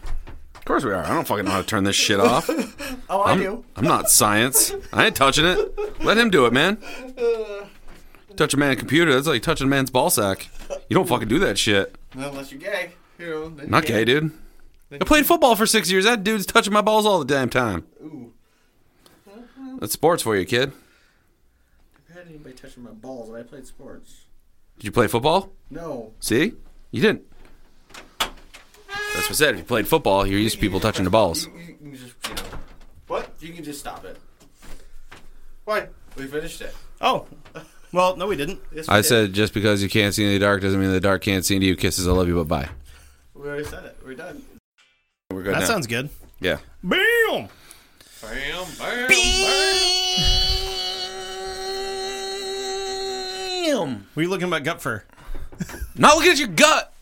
S2: Of course we are. I don't fucking know how to turn this shit off.
S4: Oh, I do.
S2: I'm not science. I ain't touching it. Let him do it, man. Touch a man's computer. That's like touching a man's ball sack. You don't fucking do that shit.
S4: Unless you're gay. You know, then
S2: Not
S4: you're
S2: gay, dude. I played football for six years. That dude's touching my balls all the damn time. That's sports for you, kid.
S4: I had anybody touching my balls when I played sports.
S2: Did you play football?
S4: No.
S2: See? You didn't. That's what I said. If you played football, you're used to people touching the balls.
S4: You, you can just, you know. What? You can just stop it. Why? We finished it.
S3: oh, well, no, we didn't.
S4: Yes, we
S2: I
S4: did.
S2: said just because you can't see in the dark doesn't mean the dark can't see into you. Kisses, I love you, but bye.
S4: We already said it. We're done.
S2: We're good
S3: That
S2: now.
S3: sounds good.
S2: yeah.
S3: Bam.
S4: Bam, bam,
S3: What are you looking about gut for?
S2: Not looking at your gut.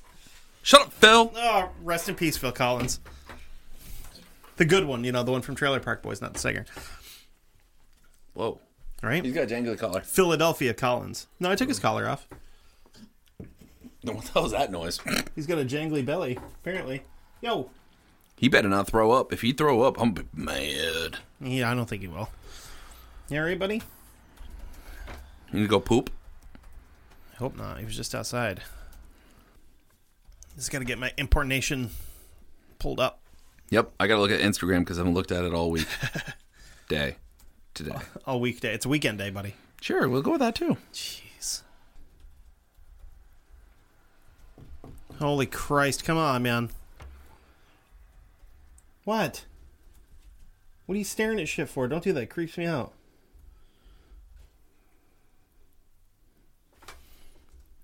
S2: Shut up, Phil.
S3: Oh, rest in peace, Phil Collins. The good one, you know, the one from Trailer Park Boys, not the singer.
S2: Whoa.
S3: Right?
S2: He's got a jangly collar.
S3: Philadelphia Collins. No, I took his collar off.
S2: What the hell was that noise?
S3: He's got a jangly belly, apparently. Yo.
S2: He better not throw up. If he throw up, I'm mad.
S3: Yeah, I don't think he will. You all right, buddy?
S2: You need to go poop?
S3: I hope not. He was just outside. Just gotta get my importation pulled up.
S2: Yep. I got to look at Instagram because I haven't looked at it all week. Day. Today.
S3: All weekday. It's a weekend day, buddy.
S1: Sure, we'll go with that too.
S3: Jeez. Holy Christ, come on, man. What? What are you staring at shit for? Don't do that. It creeps me out.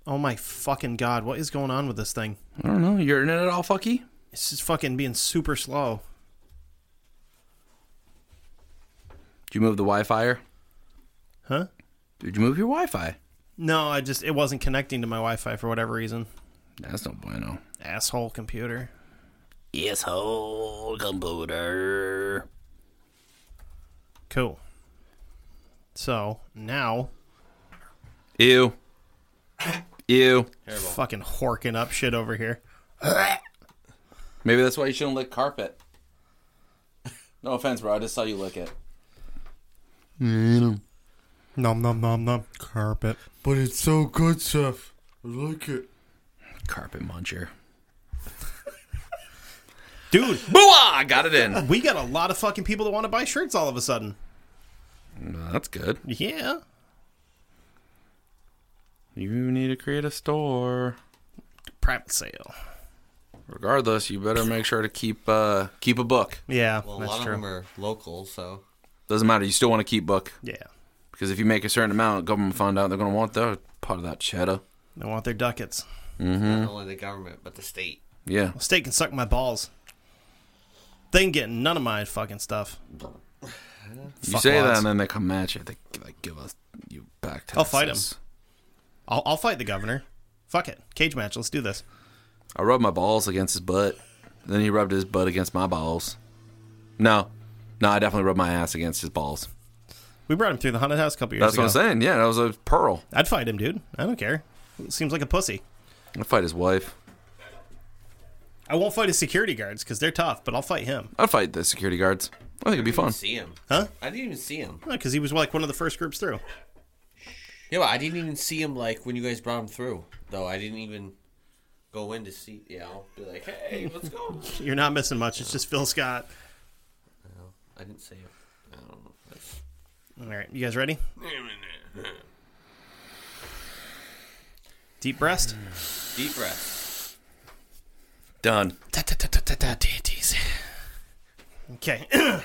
S3: Oh my fucking god, what is going on with this thing?
S1: I don't know. You're in it at all, fucky?
S3: It's just fucking being super slow.
S1: Did you move the Wi-Fi?
S3: Huh?
S1: Did you move your Wi-Fi?
S3: No, I just it wasn't connecting to my Wi-Fi for whatever reason.
S1: That's no bueno.
S3: Asshole computer.
S5: Yes, whole computer.
S3: Cool. So now
S1: Ew. Ew.
S3: fucking horking up shit over here.
S2: Maybe that's why you shouldn't lick carpet. No offense, bro. I just saw you lick it.
S3: Nom nom nom nom. Carpet.
S7: But it's so good, Seth. I like it.
S1: Carpet muncher.
S3: Dude,
S2: Booah! Got it in.
S3: we got a lot of fucking people that want to buy shirts all of a sudden.
S1: That's good.
S3: Yeah.
S1: You need to create a store.
S3: Private sale.
S2: Regardless, you better make sure to keep uh keep a book.
S3: Yeah,
S4: Well, a
S3: that's
S4: lot
S3: true.
S4: of them are local, so
S2: Doesn't matter. You still want to keep book
S3: yeah.
S2: because if you make a certain amount, government fund out, they're gonna want their part of that cheddar.
S3: They want their ducats.
S4: not only the government but the state.
S2: Yeah.
S3: The state can suck my balls. They can get none of my fucking stuff.
S2: You
S3: Fuck
S2: say that,
S3: wads.
S2: and then they come at you. They like give us you back taxes.
S3: I'll fight 'em. I'll, I'll fight the governor. Fuck it. Cage match. Let's do this.
S2: I rubbed my balls against his butt. Then he rubbed his butt against my balls. No, no, I definitely rubbed my ass against his balls.
S3: We brought him through the haunted house a couple years
S2: That's
S3: ago.
S2: what I'm saying. Yeah, that was a pearl.
S3: I'd fight him, dude. I don't care. Seems like a pussy.
S2: I fight his wife.
S3: I won't fight his security guards because they're tough, but I'll fight him.
S2: I'd fight the security guards. I think it'd be
S4: I
S2: fun.
S4: didn't see him.
S3: Huh?
S4: I didn't even see him.
S3: Because he was like one of the first groups through.
S4: Yeah, but I didn't even see him like when you guys brought him through. Though I didn't even go in to see. You know, be like, hey, let's go.
S3: You're not missing much. It's just Phil Scott.
S4: No, I didn't see him. I don't know. That's-
S3: All right, you guys ready? Deep breast.
S4: Deep breath.
S2: Done.
S3: Okay.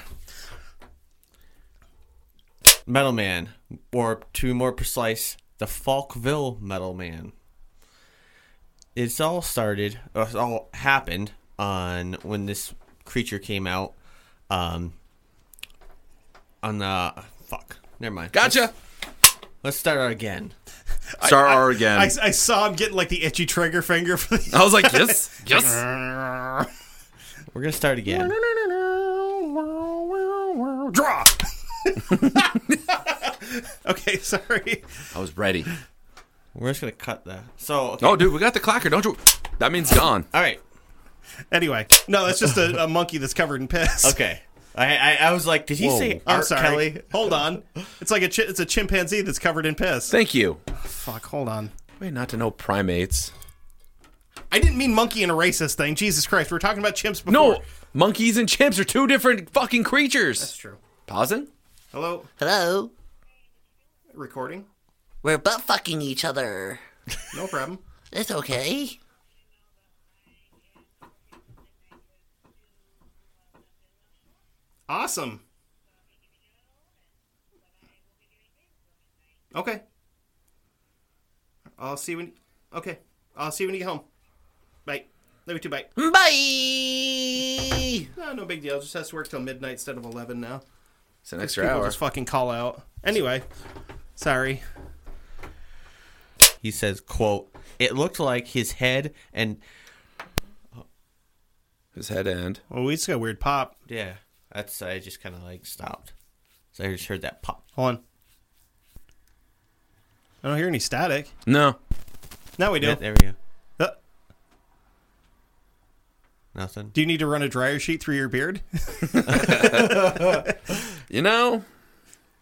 S4: Metal Man, or to be more precise, the Falkville Metal Man. It's all started, or it's all happened on when this creature came out. Um, on the fuck, never mind.
S2: Gotcha.
S4: Let's start out again.
S2: Star R again.
S3: I,
S2: I,
S3: I saw him getting like the itchy trigger finger for the.
S2: was like, yes, yes.
S4: We're gonna start again. Oh.
S3: Drop. okay, sorry.
S2: I was ready.
S4: We're just gonna cut the. So okay.
S2: Oh, dude, we got the clacker. Don't you? That means gone.
S4: all right,
S3: Anyway, no, that's just a, a monkey that's covered in piss.
S4: okay. I I, I was like, did he say
S3: I'm
S4: Art
S3: sorry.
S4: Kelly?
S3: Hold on. It's like a chi- it's a chimpanzee that's covered in piss.
S2: Thank you.
S3: Fuck. Hold on.
S2: Way not to know primates.
S3: I didn't mean monkey in a racist thing. Jesus Christ, we were talking about chimps before.
S2: No, monkeys and chimps are two different fucking creatures.
S3: that's true.
S2: Pausing.
S3: Hello,
S5: Hello?
S3: recording.
S5: We're butt fucking each other.
S3: No problem.
S5: It's okay.
S3: Awesome. Okay. I'll see you when. Okay. I'll see you when you get home. Bye. Love you too. Bye. Ah,
S5: Bye!
S3: No, no big deal. Just has to work till midnight instead of eleven now.
S2: It's an extra
S3: People
S2: hour.
S3: just fucking call out. Anyway, sorry.
S4: he says, "quote It looked like his head and
S2: His head end.
S3: Well, Oh, we just got a weird pop.
S4: Yeah, that's I just kind of like stopped. So I just heard that pop.
S3: Hold on. I don't hear any static.
S2: No.
S3: Now we do.
S4: Yeah, there we go.
S3: Uh,
S4: Nothing.
S3: do you need to run a dryer sheet through your beard?
S2: You know,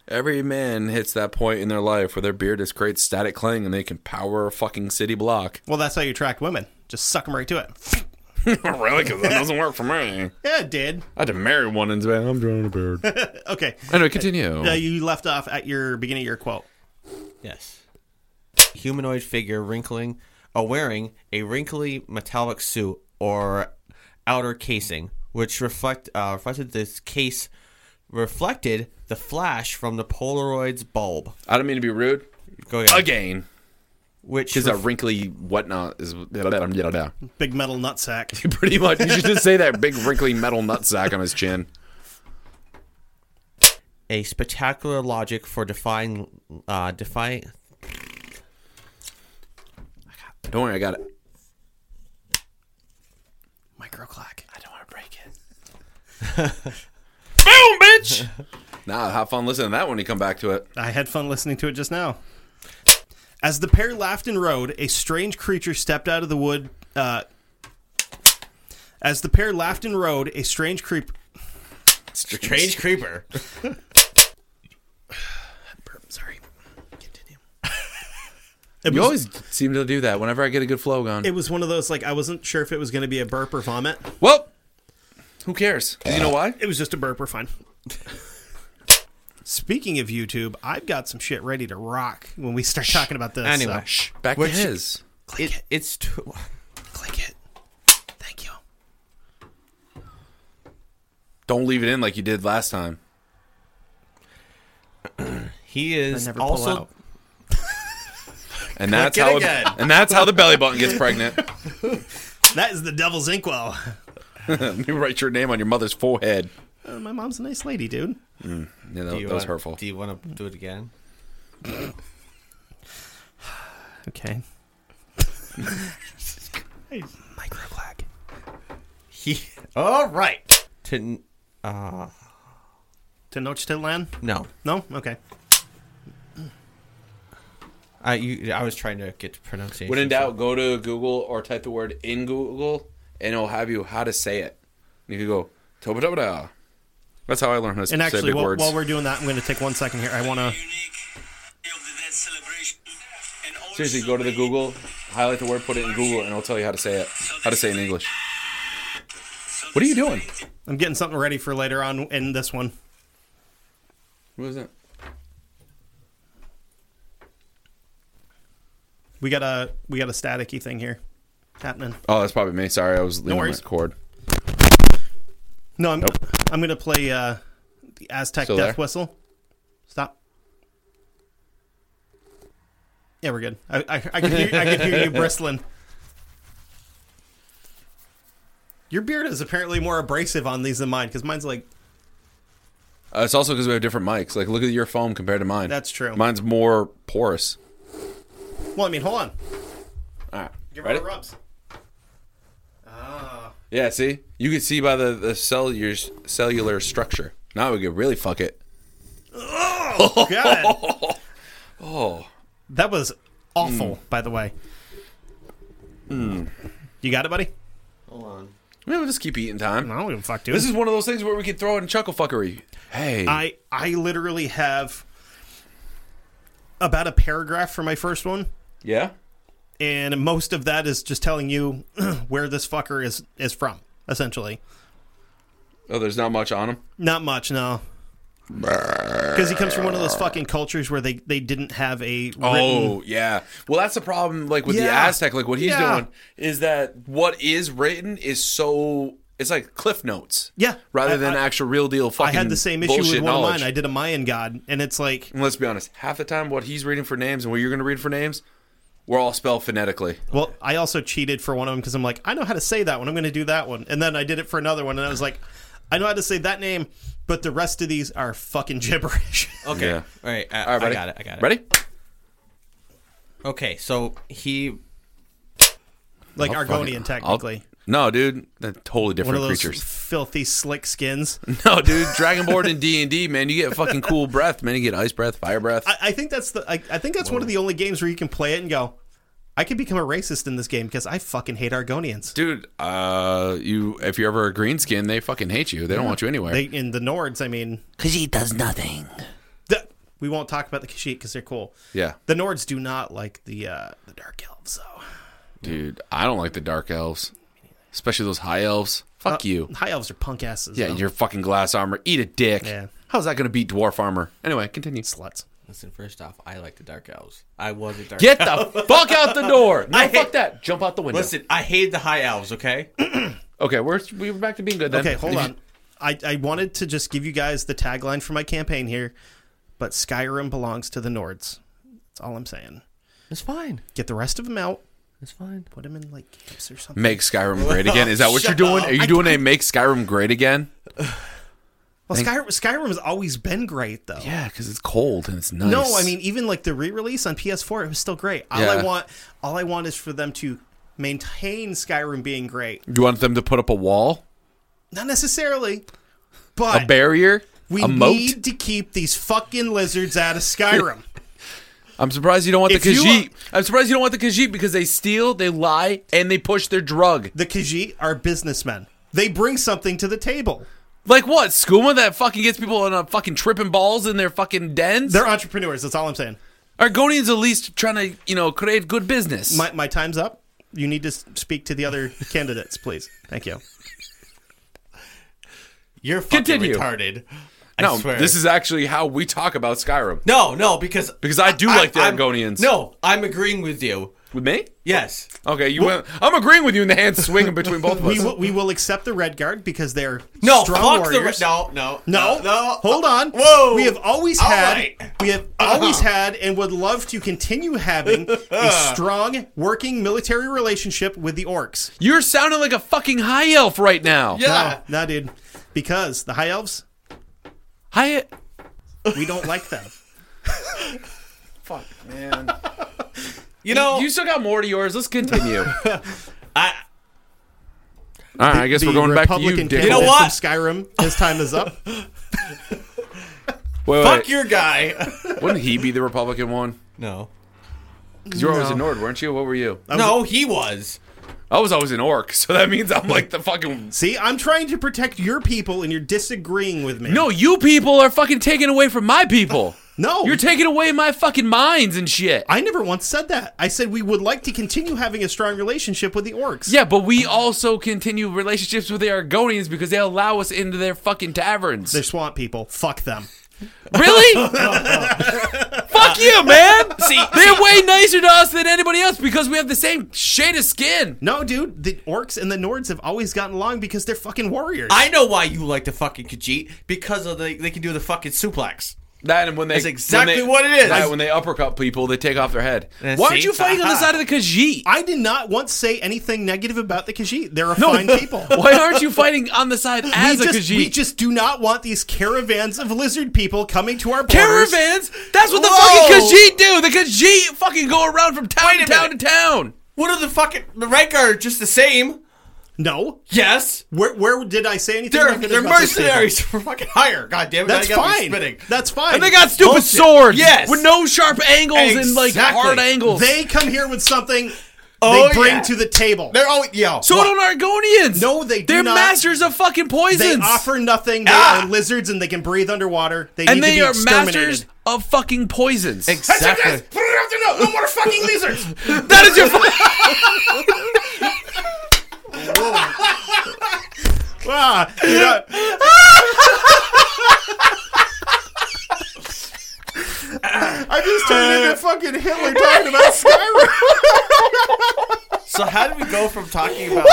S2: every man hits that point in their life where their beard is great static clang and they can power a fucking city block.
S3: well, that's how you attract women. Just suck them right to it.
S2: really? Because that doesn't work for me.
S3: Yeah, it did.
S2: I had to marry one and say, I'm drawing a beard.
S3: Okay.
S2: Anyway, continue.
S3: Uh, you left off at your beginning of your quote.
S4: Yes. Humanoid figure wrinkling, uh, wearing a wrinkly metallic suit or outer casing, which reflect uh, reflected this case reflected the flash from the Polaroid's bulb.
S2: I don't mean to be rude.
S4: Go ahead.
S2: Again.
S4: Which
S2: Because a
S4: ref-
S2: wrinkly whatnot is
S3: Big metal nutsack.
S2: pretty much. You should just say that big wrinkly metal nutsack on his chin.
S4: a spectacular logic for defying uh, defying
S2: Don't worry, I got it.
S3: Microclack.
S2: I don't want to break it. Boom, bitch! Nah, have fun listening to that when you come back to it.
S3: I had fun listening to it just now. As the pair laughed and rode, a strange creature stepped out of the wood. Uh, as the pair laughed and rode, a strange creep.
S4: strange creeper.
S3: Sorry.
S2: You always seem to do that whenever I get a good flow going.
S3: It was one of those like I wasn't sure if it was going to be a burp or vomit.
S2: well, who cares? 'Cause you know why?
S3: It was just a burp. We're fine. Speaking of YouTube, I've got some shit ready to rock when we start talking about this.
S4: Anyway.
S3: so- Shh,
S2: Back to his.
S4: It, it's too.
S3: click it. Thank you.
S2: Don't leave it in like you did last time.
S4: He is
S3: never pull
S4: also
S3: out.
S2: And that's
S4: it
S2: how
S4: again.
S2: and that's how the belly button gets pregnant.
S3: That is the devil's inkwell.
S2: you write your name on your mother's forehead.
S3: Uh, my mom's a nice lady, dude.
S2: Yeah, that,
S4: Do you
S2: that was
S4: wanna-
S2: hurtful.
S4: Do you want to do it again?
S3: Okay. Microclack.
S4: He. All right. To uh
S3: To Nochtitlan?
S4: no.
S3: No? Okay.
S4: I you I was trying to get to pronunciation.
S2: When in doubt, go to Google or type the word in Google, and it'll have you how to say it. And you can go toba toba da. That's how I learned how to
S3: And
S2: say
S3: actually,
S2: big
S3: while,
S2: words.
S3: while we're doing that, I'm going to take one second here. I want to.
S2: Seriously, go to the Google, highlight the word, put it in Google, and it'll tell you how to say it, how to say it in English. What are you doing?
S3: I'm getting something ready for later on in this one.
S2: What was that?
S3: We got a we got a staticky thing here happening.
S2: Oh, that's probably me. Sorry, I was leaning on my
S3: worries.
S2: cord.
S3: No, I'm
S2: Nope.
S3: I'm gonna play uh, the Aztec
S2: Still
S3: death
S2: there?
S3: whistle. Stop. Yeah, we're good. I I, I can hear I can hear you bristling. Your beard is apparently more abrasive on these than mine because mine's like
S2: Uh, it's also because we have different mics. Like, look at your foam compared to mine.
S3: That's true.
S2: Mine's more porous.
S3: well. I mean, hold on.
S2: All right,
S3: Give her
S2: ready?
S3: the rubs.
S2: Yeah, see, you can see by the the cell your s- cellular structure. Now we could really fuck it.
S3: God. oh,
S2: Oh.
S3: that was awful.
S2: Hmm.
S3: By the way, you got it, buddy.
S4: Hold on.
S2: Yeah, we'll just keep eating time.
S3: I don't give a fuck, dude.
S2: This is one of those things where we could throw in chuckle fuckery. Hey,
S3: I I literally have about a paragraph for my first one,
S2: yeah.
S3: and most of that is just telling you where this fucker is is from, essentially.
S2: Oh, there's not much on him.
S3: Not much, no. Because he comes from one of those fucking cultures where they, they didn't have a written,
S2: Oh, yeah. Well, that's the problem. Like with the
S3: Yeah.
S2: Aztec, like what he's
S3: Yeah.
S2: doing is that what is written is so it's like cliff notes.
S3: Yeah.
S2: rather
S3: I-
S2: than
S3: I-
S2: actual real deal
S3: I
S2: fucking.
S3: had the same issue with
S2: bullshit
S3: one
S2: knowledge.
S3: of mine. I did a Mayan god, and it's like,
S2: And let's be honest, half the time what he's reading for names and what you're going to read for names, we're all spelled phonetically.
S3: well, I also cheated for one of them because I'm like, I know how to say that one. I'm going to do that one, and then I did it for another one, and I was like, I know how to say that name, but the rest of these are fucking gibberish.
S4: Okay.
S2: Yeah.
S4: All right. I,
S2: All right,
S4: I
S2: buddy.
S4: got it. I got it.
S2: Ready?
S4: Okay. So he
S3: like Argonian,
S2: Fucking-
S3: technically.
S2: I'll- no, dude, they're totally
S3: one
S2: different
S3: of those
S2: creatures.
S3: filthy slick skins.
S2: No, dude, Dragonborn and D and D, man, you get fucking cool breath, man. You get ice breath, fire breath.
S3: I, I think that's the. I, I think that's one of the only games where you can play it and go, I could become a racist in this game because I fucking hate Argonians.
S2: dude, uh, you if you're ever a greenskin, they fucking hate you. They don't want you anywhere.
S3: They in the Nords. I mean,
S5: Because he does nothing.
S3: the, we won't talk about the Kashyyyk because they're cool.
S2: yeah,
S3: The Nords do not like the uh, the Dark Elves though.
S2: dude, I don't like the dark elves, especially those high elves.
S3: Uh,
S2: Fuck you.
S3: High Elves are punk asses.
S2: Yeah,
S3: though.
S2: your fucking glass armor. Eat a dick.
S3: Yeah.
S2: How's that gonna beat dwarf armor? Anyway, continue.
S3: sluts.
S4: Listen, first off, I like the dark elves. I was a dark.
S8: Get the fuck out the door. No,
S4: I
S8: fuck
S4: hate-
S8: that. Jump out the window.
S4: Listen, I hated the high elves. Okay.
S8: Okay, we're we're back to being good then.
S3: Okay, hold
S8: If you-
S3: on. I, I wanted to just give you guys the tagline for my campaign here, but Skyrim belongs to the Nords. That's all I'm saying.
S8: It's fine.
S3: Get the rest of them out.
S8: It's fine.
S3: Put them in like camps or something.
S2: Make Skyrim great again. Is that what you're doing? Are you doing a make Skyrim great again?
S3: Well, Skyrim, Skyrim has always been great though.
S2: Yeah, because it's cold and it's nice.
S3: No, I mean even like the re-release on PS4, it was still great. All I
S2: Yeah.
S3: want, all I want is for them to maintain Skyrim being great.
S2: you want them to put up a wall,
S3: Not necessarily,
S2: a
S3: but
S2: barrier,
S3: we
S2: a moat.
S3: need to keep these fucking lizards out of Skyrim.
S2: I'm surprised you don't want the
S3: If you-
S2: Khajiit. I'm surprised you don't want the Khajiit because they steal, they lie, and they push their drug.
S3: the Khajiit are businessmen. They bring something to the table.
S2: Like what? Skooma that fucking gets people on a fucking tripping balls in their fucking dens?
S3: They're entrepreneurs. That's all I'm saying.
S2: Argonians at least trying to, you know, create good business.
S3: My, my time's up. You need to s- speak to the other candidates, please. Thank you.
S4: You're fucking
S2: Continue.
S4: retarded. I
S2: no,
S4: swear.
S2: this is actually how we talk about Skyrim.
S4: no, no, because
S2: Because I do like the
S4: I'm-
S2: Argonians.
S4: No, I'm agreeing with you.
S2: With me?
S4: Yes.
S2: Okay, you went. I'm agreeing with you in the hand swinging between both of
S3: We,
S2: us.
S3: will we will accept the Red Guard because they're
S4: No,
S3: strong
S4: fuck
S3: warriors.
S4: the no, no,
S3: No,
S4: no.
S3: Hold on.
S4: Whoa.
S3: We have always
S4: All
S3: had,
S4: right.
S3: we have always had, and would love to continue having a strong working military relationship with the orcs.
S2: You're sounding like a fucking high elf right now. Yeah.
S4: Yeah.
S3: No, no, dude, because the high elves,
S2: High.
S3: we don't like them.
S2: Fuck, man.
S4: You know,
S3: Oh.
S2: You still got more to yours. Let's continue. All
S4: I
S2: right, I guess
S3: the
S2: we're going back to you,
S3: Republican
S2: Dick.
S3: candidate
S4: You know what?
S3: From Skyrim, his time is up.
S2: Wait,
S4: fuck
S2: wait.
S4: your guy.
S2: Wouldn't he be the Republican one?
S4: no,
S2: Because you were always a Nord, weren't you? What were you?
S4: no, he was.
S2: I was always an Orc, so that means I'm like the fucking.
S3: See, I'm trying to protect your people, and you're disagreeing with me.
S2: No, you people are fucking taking away from my people.
S3: no,
S2: You're taking away my fucking minds and shit.
S3: I never once said that. I said we would like to continue having a strong relationship with the orcs.
S2: Yeah, but we also continue relationships with the Argonians because they allow us into their fucking taverns.
S3: they're swamp people. Fuck them.
S2: Really? Fuck you, man. See, they're way nicer to us than anybody else because we have the same shade of skin.
S3: No, dude, the orcs and the Nords have always gotten along because they're fucking warriors.
S4: I know why you like the fucking Khajiit because of the they can do the fucking suplex.
S2: That and when they
S4: That's exactly what it is.
S2: Right, when they uppercut people, they take off their head. Why
S4: Yeah, see? Ah.
S2: aren't you fighting on the side of the Khajiit?
S3: I did not once say anything negative about the Khajiit. They're a fine people.
S2: Why aren't you fighting on the side as
S3: we
S2: a
S3: just, we
S2: Khajiit?
S3: just do not want these caravans of lizard people coming to our borders.
S2: Caravans? That's what the
S4: Whoa.
S2: fucking Khajiit do. The Khajiit fucking go around from town to town to town.
S4: What are the fucking the Red Guard are just the same?
S3: No.
S4: Yes,
S3: Where, where did I say anything?
S4: they're
S3: negative
S4: they're
S3: about this people?
S4: mercenaries. We're fucking higher. God damn it!
S3: That's
S4: now you got me
S3: fine.
S4: Spitting.
S3: That's fine.
S2: And they got stupid swords.
S4: Yes.
S2: With no sharp angles and like
S4: Exactly.
S2: hard angles.
S3: Oh, They come here with something
S4: Oh,
S3: they bring
S4: yeah.
S3: to the table.
S4: They're all yo.
S2: so don't Argonians.
S3: No, they do
S2: They're
S3: not.
S2: masters of fucking poisons.
S3: They offer nothing. They
S4: Ah!
S3: are lizards and they can breathe underwater. They
S2: and
S3: need
S2: they
S3: to be
S2: are
S3: exterminated.
S2: masters of fucking poisons.
S4: exactly.
S7: Put it out there now. No more fucking lizards.
S2: that is your. fu-
S3: Ah, you know- I just turned
S4: Uh,
S3: into fucking Hitler talking about Skyrim.
S4: So how did we go from talking about?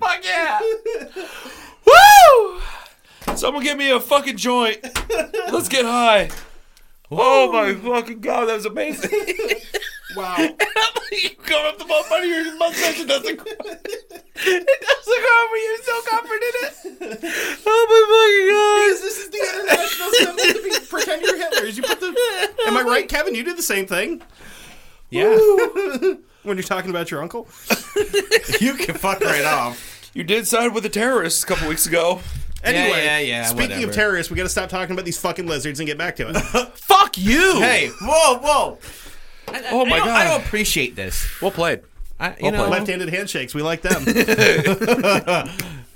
S2: Fuck yeah! Woo! Someone give me a fucking joint. Let's get high. Oh my fucking god, that was amazing.
S3: Wow.
S2: you cover up the bump out of your mustache, it doesn't grow. It doesn't grow, but you're so confident in it. Oh my fucking god.
S3: This is the international symbol to be, pretend you're Hitler. You put the, am I right, Kevin? You did the same thing.
S4: Yeah,
S3: When you're talking about your uncle,
S4: you can fuck right off.
S2: You did side with the terrorists a couple weeks ago.
S3: anyway,
S4: yeah, yeah,
S3: speaking
S4: whatever.
S3: of terrorists, we got to stop talking about these fucking lizards and get back to it.
S2: Fuck you!
S4: Hey, whoa, whoa!
S2: oh my
S4: I don't, I
S2: god.
S4: don't appreciate this.
S2: Well played.
S4: I, you know,
S2: played.
S3: Left-handed handshakes, we like them.
S4: uh,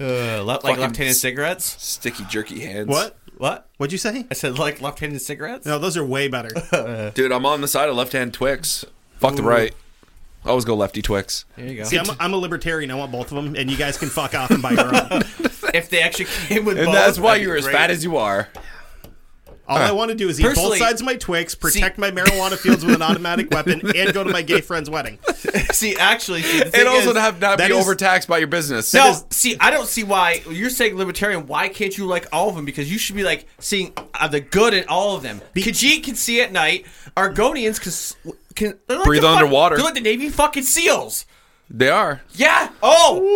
S4: le- like
S2: Fucking
S4: left-handed
S2: s-
S4: cigarettes.
S2: Sticky jerky hands.
S3: what?
S4: What?
S3: What'd you say?
S4: I said like left-handed cigarettes.
S3: No, those are way better.
S2: Dude, I'm on the side of left hand Twix. Fuck the right. Always go lefty Twix.
S1: There you go.
S3: See, I'm a, I'm a libertarian. I want both of them, and you guys can fuck off and buy your own.
S4: If they actually came with
S2: And
S4: both,
S2: that's why
S4: that'd be
S2: you're as
S4: great.
S2: fat as you are.
S3: All I want to do is eat both
S4: Personally-
S3: sides of my Twix, protect my marijuana fields with an automatic weapon, and go to my gay friend's wedding.
S4: See, actually, see, the thing
S2: And also
S4: is-
S2: to have not
S3: that
S2: be
S3: is-
S2: overtaxed by your business.
S4: No, see, I don't see why you're saying libertarian. Why can't you like all of them? Because you should be like seeing uh, the good in all of them. Khajiit can see at night. Argonians can s- can they're like
S2: Breathe
S4: the fuck-
S2: underwater.
S4: they're like the Navy fucking SEALs.
S2: They are.
S4: Yeah.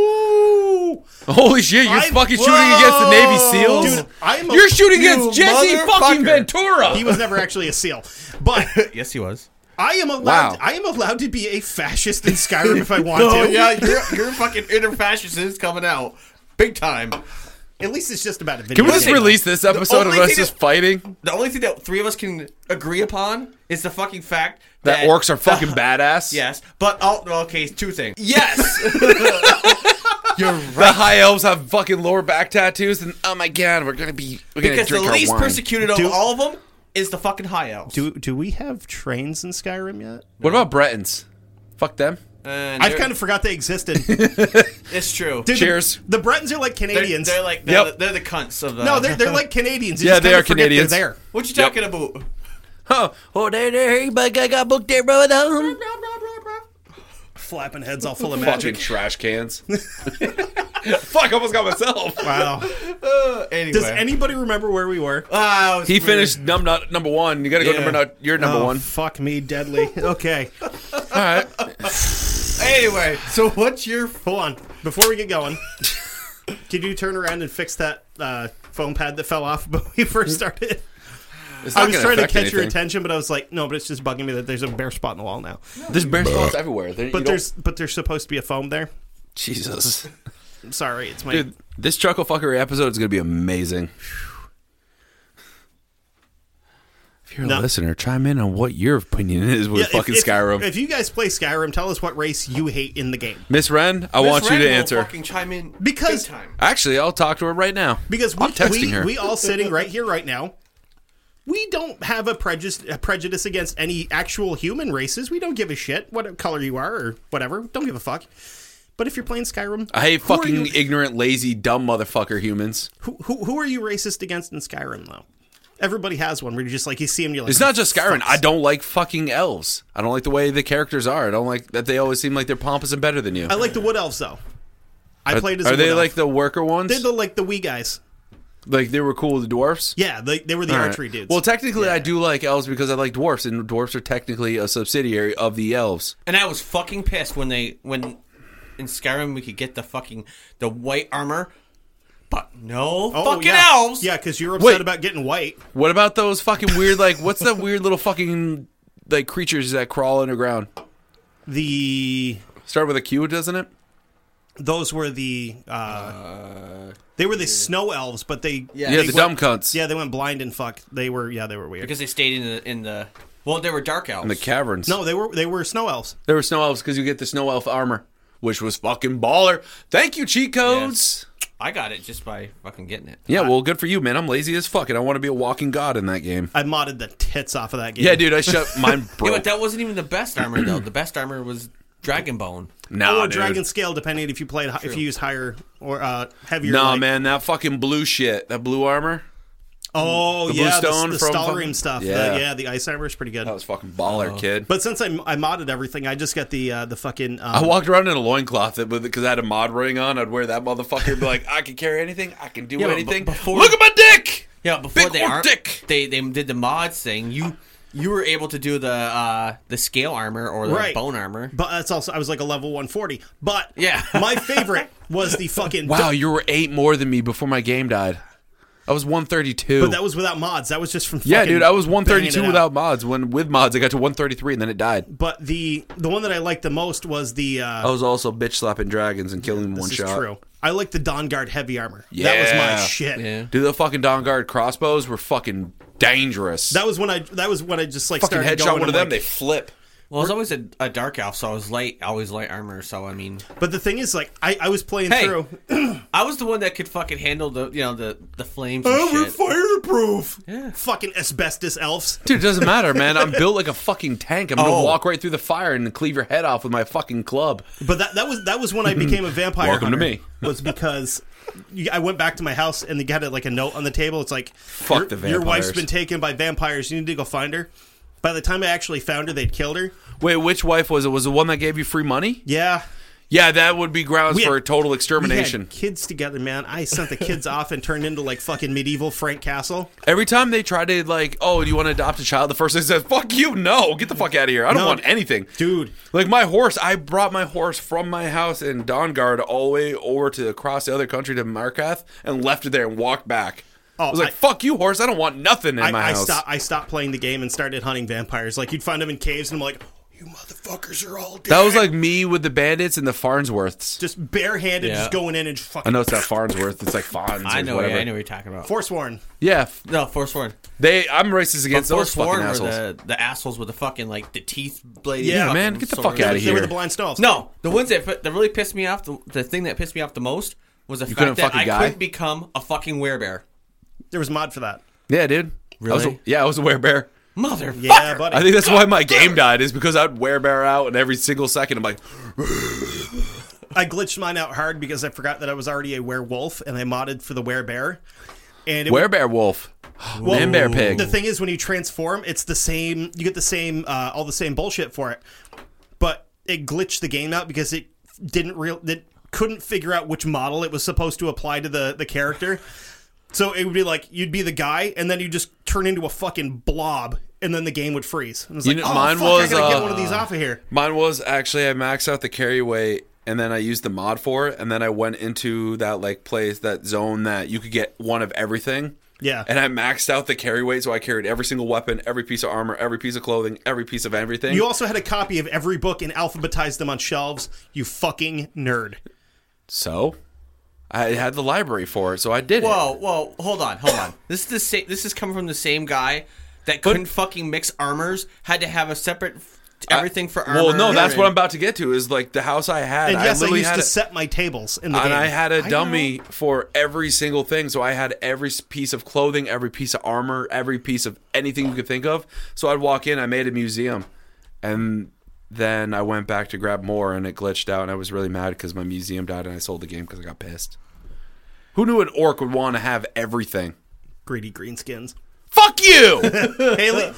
S4: Oh.
S2: Holy shit, you're
S3: I'm-
S2: fucking shooting against the Navy SEALs?
S3: Dude, I'm a,
S2: you're shooting against
S4: you
S2: Jesse fucking
S4: motherfucker.
S2: Ventura.
S3: He was never actually a seal, but
S4: Yes, he was.
S3: I am allowed.
S2: Wow.
S3: I am allowed to be a fascist in Skyrim if I want
S4: Oh,
S3: to.
S4: your your fucking inner fascist is coming out big time.
S3: At least it's just about a video.
S2: Can we just
S3: game.
S2: release this episode of
S4: only
S2: us
S4: thing
S2: just
S4: that-
S2: fighting?
S4: The only thing that three of us can agree upon is the fucking fact
S2: That orcs are fucking badass.
S4: Yes, but all okay. Two things. Yes.
S2: The high elves have fucking lower back tattoos, and oh my god, we're gonna be we're gonna
S4: Because the
S2: drink our
S4: least
S2: wine.
S4: persecuted of
S3: Do-
S4: all of them is the fucking high elves.
S3: Do do we have trains in Skyrim yet?
S2: what about Bretons? Fuck them.
S4: And
S3: I've
S4: they're-
S3: kind of forgot they existed. Dude,
S4: It's true.
S3: the-
S2: Cheers.
S3: The, Bretons are like
S4: They're,
S3: Canadians.
S4: they're like they're,
S2: Yep.
S4: the, they're the cunts of the.
S3: no, they're, they're like Canadians. You
S2: Yeah,
S3: just
S2: they
S3: kinda
S2: are
S3: forget they're
S2: Canadians.
S3: There.
S4: What you talking about?
S2: Oh, oh, there, there, but I got booked there, bro. Fucking
S3: flapping heads all full of magic.
S2: trash cans. Fuck, I almost got myself.
S3: Wow.
S4: Uh, Anyway,
S3: Does anybody remember where we were?
S4: Ah, it was
S2: He
S4: weird.
S2: finished num- nut- number one. You gotta go
S4: Yeah.
S2: number nut. You're number
S3: Oh,
S2: one.
S3: Fuck me, deadly. Okay,
S2: All right.
S4: Anyway, so what's your?
S3: hold on. Before we get going, can you turn around and fix that uh, foam pad that fell off when we first started?
S2: It's
S3: I
S2: not
S3: was
S2: gonna
S3: trying to
S2: affect
S3: catch your
S2: anything.
S3: attention, but I was like, no, but it's just bugging me that there's a bare spot in the wall now.
S2: There's bear spots everywhere. There, you
S3: But
S2: don't-
S3: there's but there's supposed to be a foam there.
S2: Jesus,
S3: I'm sorry, it's my
S2: dude. This chuckle fuckery episode is gonna be amazing. If you're a
S3: No.
S2: listener, chime in on what your opinion is with
S3: Yeah, if-
S2: fucking
S3: if-
S2: Skyrim.
S3: If you guys play Skyrim, tell us what race you hate in the game.
S2: Miss Ren, I want you
S4: Miss
S2: to
S4: Randall
S2: answer.
S4: Fucking chime in
S3: Because-
S4: big time.
S2: Actually, I'll talk to her right now.
S3: Because
S2: I'm
S3: we
S2: texting
S3: we,
S2: her.
S3: we all sitting right here right now. We don't have a prejudice a prejudice against any actual human races. We don't give a shit what color you are or whatever. Don't give a fuck. But if you're playing Skyrim,
S2: I hate
S3: who are
S2: fucking
S3: you-
S2: ignorant, lazy, dumb motherfucker humans.
S3: Who, who, who are you racist against in Skyrim though? Everybody has one. Where you're just like you see him, you're like
S2: It's not just Skyrim. I don't like fucking elves. I don't like the way the characters are. I don't like that they always seem like they're pompous and better than you.
S3: I like the wood elves though. I
S2: Are,
S3: played as
S2: are
S3: a
S2: they
S3: wood
S2: like
S3: elf.
S2: the worker ones?
S3: they're the like the wee guys?
S2: like they were cool with the dwarfs?
S3: Yeah, they, they were the archery dudes.
S2: Well, technically, I do like elves because I like dwarfs, and dwarfs are technically a subsidiary of the elves.
S4: And I was fucking pissed when they when in Skyrim we could get the fucking the white armor, but no
S3: Oh,
S4: fucking
S3: yeah.
S4: elves.
S3: Yeah, because you're upset
S2: Wait.
S3: about getting white.
S2: What about those fucking weird, like, what's that weird little fucking, like, creatures that crawl underground?
S3: The
S2: Start with a Q, doesn't it?
S3: those were the uh, they were the snow elves, but they yeah,
S2: Uh, Yeah,
S3: they
S2: the
S3: went-
S2: dumb cunts.
S3: yeah they went blind and fuck. They were yeah they were weird.
S4: because they stayed in the in the well they were dark elves.
S2: In the caverns.
S3: no, they were they were snow elves.
S2: There were snow elves because you get the snow elf armor, which was fucking baller. Thank you, cheat codes.
S4: I got it just by fucking getting it.
S2: Yeah, well, good for you, man. I'm lazy as fuck, and I want to be a walking god in that game.
S3: I modded the tits off of that game.
S2: Yeah, dude, I shut mine
S4: Yeah,
S2: broke.
S4: but that wasn't even the best armor though. The best armor was dragon bone.
S2: nah,
S3: Or
S2: dude.
S3: dragon scale, depending if you played hi- if you use higher or uh, heavier.
S2: Nah,
S3: like-
S2: man, that fucking blue shit, that blue armor,
S3: Oh
S2: The blue
S3: yeah,
S2: stone
S3: the, the
S2: from
S3: Stalrim
S2: fucking-
S3: stuff. Yeah.
S2: Yeah.
S3: The, yeah, the ice armor is pretty good.
S2: that was fucking
S3: Oh.
S2: baller, kid.
S3: But since I, I modded everything, I just got the uh, the fucking. Um,
S2: I walked around in a loincloth because I had a mod ring on. I'd wear that motherfucker and be like, I can carry anything, I can do
S4: Yeah, but
S2: anything.
S4: b- before-
S2: Look at my dick!
S4: Yeah, before
S2: Big
S4: they
S2: old
S4: arm-
S2: dick.
S4: they they did the mods thing. You you were able to do the uh the scale armor or the
S3: Right.
S4: bone armor.
S3: But that's also I was like a level 140. But
S4: Yeah.
S3: my favorite was the fucking.
S2: Wow, you were eight more than me before my game died. I was 132.
S3: But that was without mods. That was just from.
S2: Yeah,
S3: fucking
S2: dude, I was
S3: banging it
S2: 132
S3: out.
S2: without mods. When with mods, I got to 133 and then it died.
S3: But the the one that I liked the most was the. Uh,
S2: I was also bitch slapping dragons and killing them one
S3: this
S2: shot.
S3: is true. I liked the Dawn Guard heavy armor. That was my
S2: Yeah.
S3: shit.
S2: Dude, the fucking Dawn Guard crossbows were fucking dangerous.
S3: That was when I. That was when I just like
S2: fucking
S3: started
S2: headshot
S3: going
S2: one of
S3: I'm
S2: them, they
S3: like-
S2: flip.
S4: Well, I was always a, a dark elf, so I was light, always light armor. So I mean,
S3: But the thing is, like, I, I was playing
S4: Hey.
S3: through.
S4: I was the one that could fucking handle the you know the the flames. And
S3: Oh,
S4: shit.
S3: fireproof.
S4: Yeah.
S3: Fucking asbestos elves.
S2: Dude, it doesn't matter, man. I'm built like a fucking tank. I'm gonna
S4: Oh.
S2: walk right through the fire and cleave your head off with my fucking club.
S3: But that, that was that was when I
S2: Mm-hmm.
S3: became a vampire.
S2: Welcome to
S3: hunter,
S2: me.
S3: Was because you- I went back to my house and they had like a note on the table. It's like,
S2: Fuck
S3: your,
S2: the
S3: your wife's
S2: vampires."
S3: been taken by vampires. You need to go find her. By the time I actually found her, they'd killed her.
S2: Wait, which wife was it? Was it the one that gave you free money?
S3: Yeah,
S2: Yeah, that would be grounds
S3: We had-
S2: for total
S3: we had
S2: extermination.
S3: kids together, man. I sent the kids off and turned into like fucking medieval Frank Castle.
S2: Every time they try to like, oh, do you want to adopt a child? The first thing says, "Fuck you, no, get the fuck out of here. I don't
S3: No.
S2: want anything."
S3: Dude,
S2: Like my horse, I brought my horse from my house in Dongard all the way over to across the other country to Markath and left it there and walked back.
S3: Oh,
S2: I was like,
S3: I-
S2: "Fuck you, horse! I don't want nothing in
S3: I,
S2: my
S3: I
S2: house."
S3: stopped. I stopped playing the game and started hunting vampires. Like you'd find them in caves, and I'm like, you motherfuckers are all dead.
S2: That was like me with the bandits and the Farnsworths.
S3: just barehanded,
S4: Yeah.
S3: just going in and just
S2: I
S3: fucking
S2: know it's not Farnsworth; it's like Fons.
S4: I know.
S2: Whatever.
S4: I know what you're talking about.
S3: forsworn.
S2: Yeah, f-
S4: no, Forsworn.
S2: they. I'm racist against those fucking
S4: Forsworn were
S2: assholes.
S4: the, the assholes with the fucking like the teeth blade.
S3: Yeah,
S4: fucking
S2: man, get the fuck
S4: swords.
S2: outta
S3: They
S2: here.
S3: were the blind stalls.
S4: No, the ones that that really pissed me off. The, the thing that pissed me off the most was the
S2: couldn't
S4: fact that
S2: fucking
S4: I
S2: guy?
S4: couldn't become a fucking werebear.
S3: There was mod for that.
S2: Yeah, dude. I was a-
S4: Really?
S2: yeah, I was a werebear.
S4: Motherfucker.
S3: Yeah, buddy.
S2: I think that's why my game died is because I'd werebear out, and every single second I'm like,
S3: I glitched mine out hard because I forgot that I was already a werewolf and I modded for the werebear. And it
S2: werebear wolf, man bear pig.
S3: The thing is, when you transform, it's the same. You get the same, uh, all the same bullshit for it. But it glitched the game out because it didn't real it couldn't figure out which model it was supposed to apply to the the character. So it would be like you'd be the guy, and then you just turn into a fucking blob, and then the game would freeze. And it's
S2: You
S3: like,
S2: know,
S3: oh,
S2: mine
S3: fuck,
S2: was,
S3: I gotta
S2: uh,
S3: get one of these off of here.
S2: Mine was actually I maxed out the carry weight and then I used the mod for it and then I went into that like place that zone that you could get one of everything.
S3: Yeah.
S2: And I maxed out the carry weight so I carried every single weapon, every piece of armor, every piece of clothing, every piece of everything.
S3: You also had a copy of every book and alphabetized them on shelves. You fucking nerd.
S2: so I had the library for it, so I did it.
S4: Whoa, whoa, hold on, hold on. This is the same. This is coming from the same guy that couldn't fucking mix armors. Had to have a separate f- everything for armor.
S2: Well, no, that's
S4: and-
S2: what I'm about to get to is like the house I had.
S3: And yes, I,
S2: literally
S3: used
S2: had
S3: to
S2: it-
S3: set my tables in the
S2: and
S3: game.
S2: I had a dummy for every single thing. So I had every s- piece of clothing, every piece of armor, every piece of anything you could think of. So I'd walk in, I made a museum, and then I went back to grab more, and it glitched out, and I was really mad because my museum died, and I sold the game because I got pissed. Who knew an orc would want to have everything?
S3: Greedy greenskins.
S2: Fuck you!
S3: Hey, li-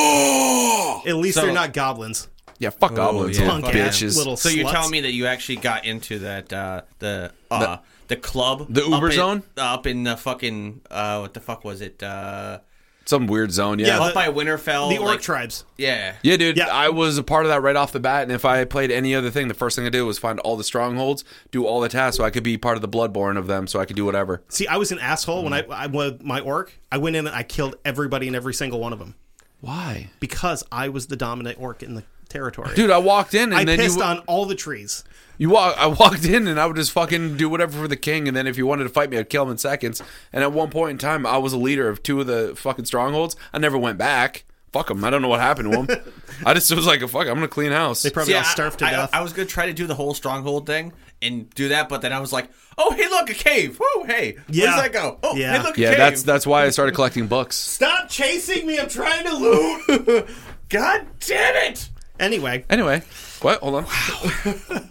S3: hey, at least they're not goblins.
S2: yeah, fuck goblins,
S4: Oh, yeah.
S2: little
S3: Punk ass
S2: bitches.
S3: little
S4: So you're
S3: sluts.
S4: telling me that you actually got into that uh, the uh, the, club
S2: The Uber
S4: up in-
S2: zone?
S4: up in the fucking uh, what the fuck was it uh,
S2: Some weird zone, yeah.
S3: Yeah,
S4: up
S3: the-
S4: by Winterfell?
S3: the orc
S4: Oh, like-
S3: tribes?
S4: Yeah.
S2: Yeah, dude,
S3: Yeah.
S2: I was a part of that right off the bat, and if I played any other thing, the first thing I did was find all the strongholds, do all the tasks, so I could be part of the bloodborne of them, so I could do whatever.
S3: See, I was an asshole when I, I was my orc. I went in and I killed everybody and every single one of them
S2: Why,
S3: because I was the dominant orc in the territory.
S2: dude? I walked in and
S3: I
S2: then
S3: pissed
S2: you
S3: on all the trees.
S2: you walk. I walked in and I would just fucking do whatever for the king, and then if you wanted to fight me, I'd kill him in seconds. And at one point in time, I was a leader of two of the fucking strongholds. I never went back. Fuck them. I don't know what happened to them. I just was like, fuck. I'm gonna clean house.
S3: They probably
S4: See,
S3: all starved to
S4: I, I-
S3: death.
S4: I was gonna try to do the whole stronghold thing and do that, but then I was like, "Oh, hey, look, a cave! Whoa, hey, where
S3: Yeah.
S4: does that go? Oh,
S3: Yeah.
S4: hey, look, a
S2: yeah,
S4: cave.
S2: that's that's why I started collecting books.
S3: Stop chasing me! I'm trying to loot.
S4: God damn it!
S3: anyway,
S2: Anyway, what? Hold on.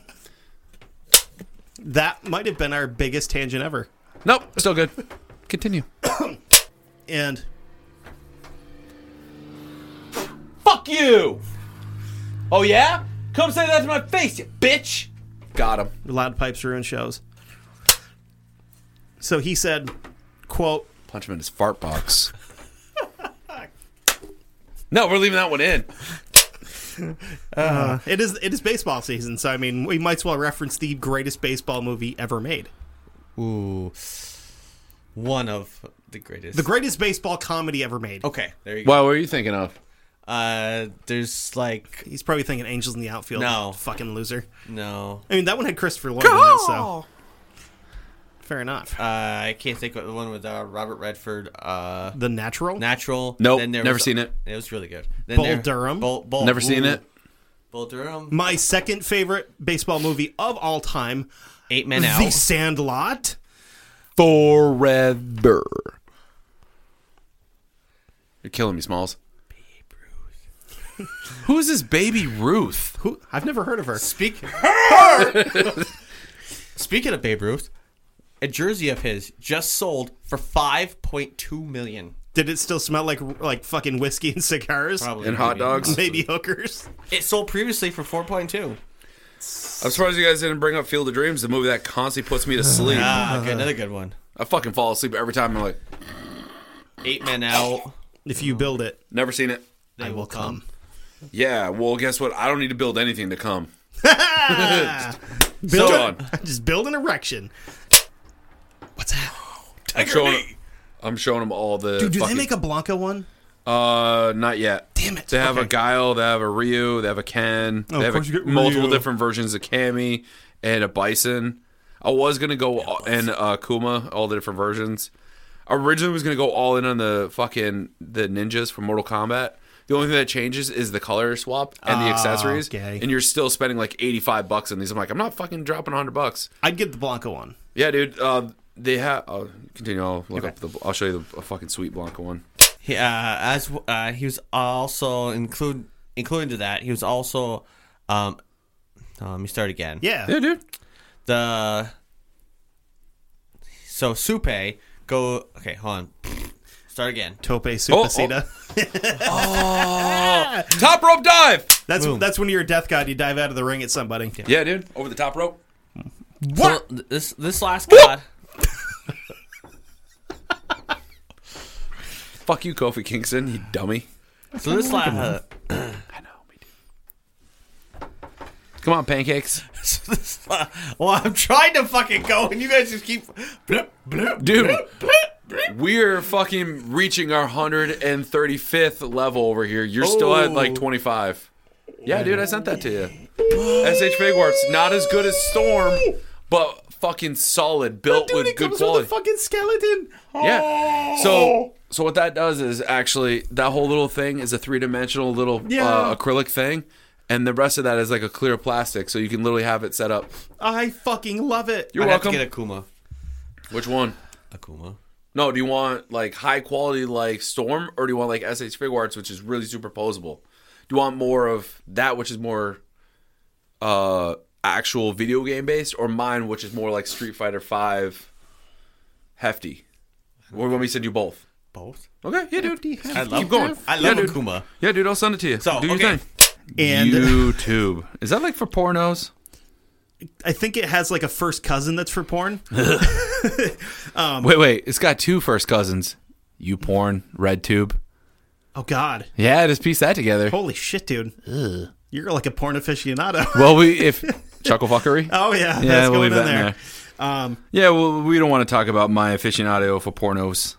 S3: that might have been our biggest tangent ever.
S2: Nope, still good. Continue.
S3: And
S2: Fuck you! Oh yeah? Come say that to my face, you bitch! Got him.
S3: loud pipes ruin shows. So he said, "quote."
S2: Punch him in his fart box. no, we're leaving that one in.
S3: It is it is baseball season, so I mean, we might as well reference the greatest baseball movie ever made,
S4: Ooh, one of the greatest.
S3: the greatest baseball comedy ever made.
S4: okay, there you go.
S2: Wow, what were you thinking of?
S4: Uh, there's like
S3: He's probably thinking Angels in the Outfield.
S4: No.
S3: fucking loser.
S4: no.
S3: I mean, that one had Christopher Lloyd in it, so fair enough.
S4: Uh, I can't think of the one with uh, Robert Redford. Uh,
S3: the Natural.
S4: Natural.
S2: Nope,
S4: Then there
S2: never
S4: was-
S2: seen it.
S4: It was really good. Then
S3: Bull
S4: there-
S3: Durham?
S4: Bull, Bull,
S2: Never seen
S4: ooh.
S2: it.
S4: Bull Durham.
S3: My second favorite baseball movie of all time,
S4: Eight men
S3: The
S4: out.
S3: Sandlot.
S2: Forever. You're killing me, Smalls. Who is this baby Ruth?
S3: Who I've never heard of her.
S4: Speak. Speaking of Babe Ruth, a jersey of his just sold for five point two million.
S3: Did it still smell like like fucking whiskey and cigars?
S4: Probably
S2: And hot
S4: maybe.
S2: dogs?
S3: Maybe hookers.
S4: It sold previously for four point two.
S2: I'm surprised you guys didn't bring up Field of Dreams, the movie that constantly puts me to sleep.
S4: Ah, okay, another good one.
S2: I fucking fall asleep every time. I'm like,
S4: Eight men out.
S3: If you build it,
S2: never seen it.
S4: They will come.
S2: Yeah, well, guess what? I don't need to build anything to come.
S3: build
S2: So
S3: it-
S2: on.
S3: Just build an erection. What's that?
S2: I'm showing, I'm showing them all the.
S3: Dude, do
S2: fucking,
S3: they make a Blanca one?
S2: Uh, not yet.
S3: Damn it.
S2: They have a
S3: Okay. Oh,
S2: Guile, they have a Ryu, they have a Ken,
S3: of
S2: they have
S3: course you
S2: a,
S3: get
S2: multiple
S3: Ryu.
S2: different versions of Cammy and a Bison. I was gonna go all- and uh, Kuma, all the different versions. Originally, was gonna go all in on the fucking the ninjas from Mortal Kombat. The only thing that changes is the color swap and the accessories,
S3: Ah, okay.
S2: and you're still spending like eighty five bucks on these. I'm like, I'm not fucking dropping hundred bucks.
S3: I'd get the Blanca one.
S2: Yeah, dude. Uh, they have. I'll continue. I'll look up the. I'll show you the a fucking sweet Blanca one.
S4: He, uh, as w- uh, he was also include including to that, he was also um, um, let me start again.
S3: Yeah.
S2: Yeah, dude.
S4: The so Supe go okay, hold on. Start again.
S3: Tope
S2: oh.
S3: Supacita.
S2: Top rope dive.
S3: That's that's when you're a death god. You dive out of the ring at somebody.
S2: Yeah, dude. Over the top rope.
S4: What? this this last god.
S2: Fuck you, Kofi Kingston, you dummy.
S4: So this last uh,
S2: Come on, pancakes.
S4: so this la- well, I'm trying to fucking go, and you guys just keep. Blip, blip,
S2: Dude.
S4: blip, blip, blip.
S2: We're fucking reaching our 135th level over here. You're still at like 25. Oh. Yeah, dude, I sent that to you. SH Bigwarts, not as good as Storm, but fucking solid, built with good quality.
S3: fucking skeleton.
S2: yeah. So so what that does is actually that whole little thing is a three-dimensional little uh, acrylic thing and the rest of that is like a clear plastic so you can literally have it set up.
S3: I fucking love it.
S2: You're
S4: I'd have to
S2: welcome.
S4: get Akuma.
S2: Which one?
S4: Akuma.
S2: No, do you want like high quality like Storm, or do you want like SH Figure Arts, which is really superposable? Do you want more of that, which is more uh actual video game based, or mine, which is more like Street Fighter Five hefty? Or when we send you both?
S4: Both.
S2: Okay, yeah, dude.
S4: I love.
S2: Keep going.
S4: I
S2: Yeah,
S4: love
S2: dude.
S4: Akuma.
S2: Yeah, dude. I'll send it to you.
S4: So,
S2: do your
S4: okay.
S2: thing.
S3: And
S2: YouTube is that like for pornos?
S3: I think it has like a first cousin that's for porn.
S4: Um,
S2: wait, wait. It's got two first cousins. You porn, red tube.
S3: Oh God!
S2: Yeah, just piece that together.
S3: Holy shit, dude! You're like a porn aficionado.
S2: Well, we if chuckle fuckery.
S3: oh yeah,
S2: Yeah,
S3: that's
S2: we'll
S3: going
S2: leave
S3: in
S2: that
S3: there.
S2: in
S3: Um,
S2: Yeah, well, we don't want to talk about my aficionado for pornos.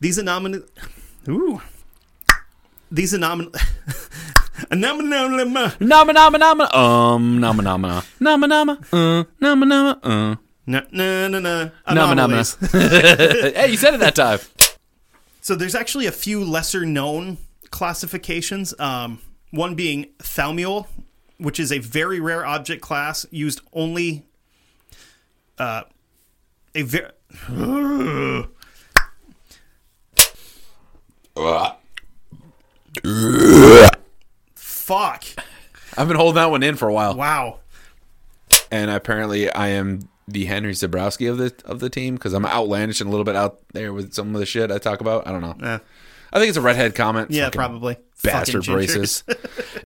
S3: these anomalous. Ooh. These anomalous.
S2: Nama nama nama um nama nama nama nama uh nama nama uh
S3: No, no, no, no.
S2: nama nama.
S3: Anomalies.
S2: Hey, you said it that time.
S3: So there's actually a few lesser known classifications. Um, one being thaumiol, which is a very rare object class used only. Uh, a very. Fuck!
S2: I've been holding that one in for a while,
S3: Wow.
S2: and apparently I am the Henry Zabrowski of the of the team because I'm outlandish and a little bit out there with some of the shit I talk about. I don't know.
S3: Eh.
S2: I think it's a redhead comment.
S3: Yeah,
S2: Fucking
S3: probably.
S2: bastard
S3: Fucking gingers.
S2: racist.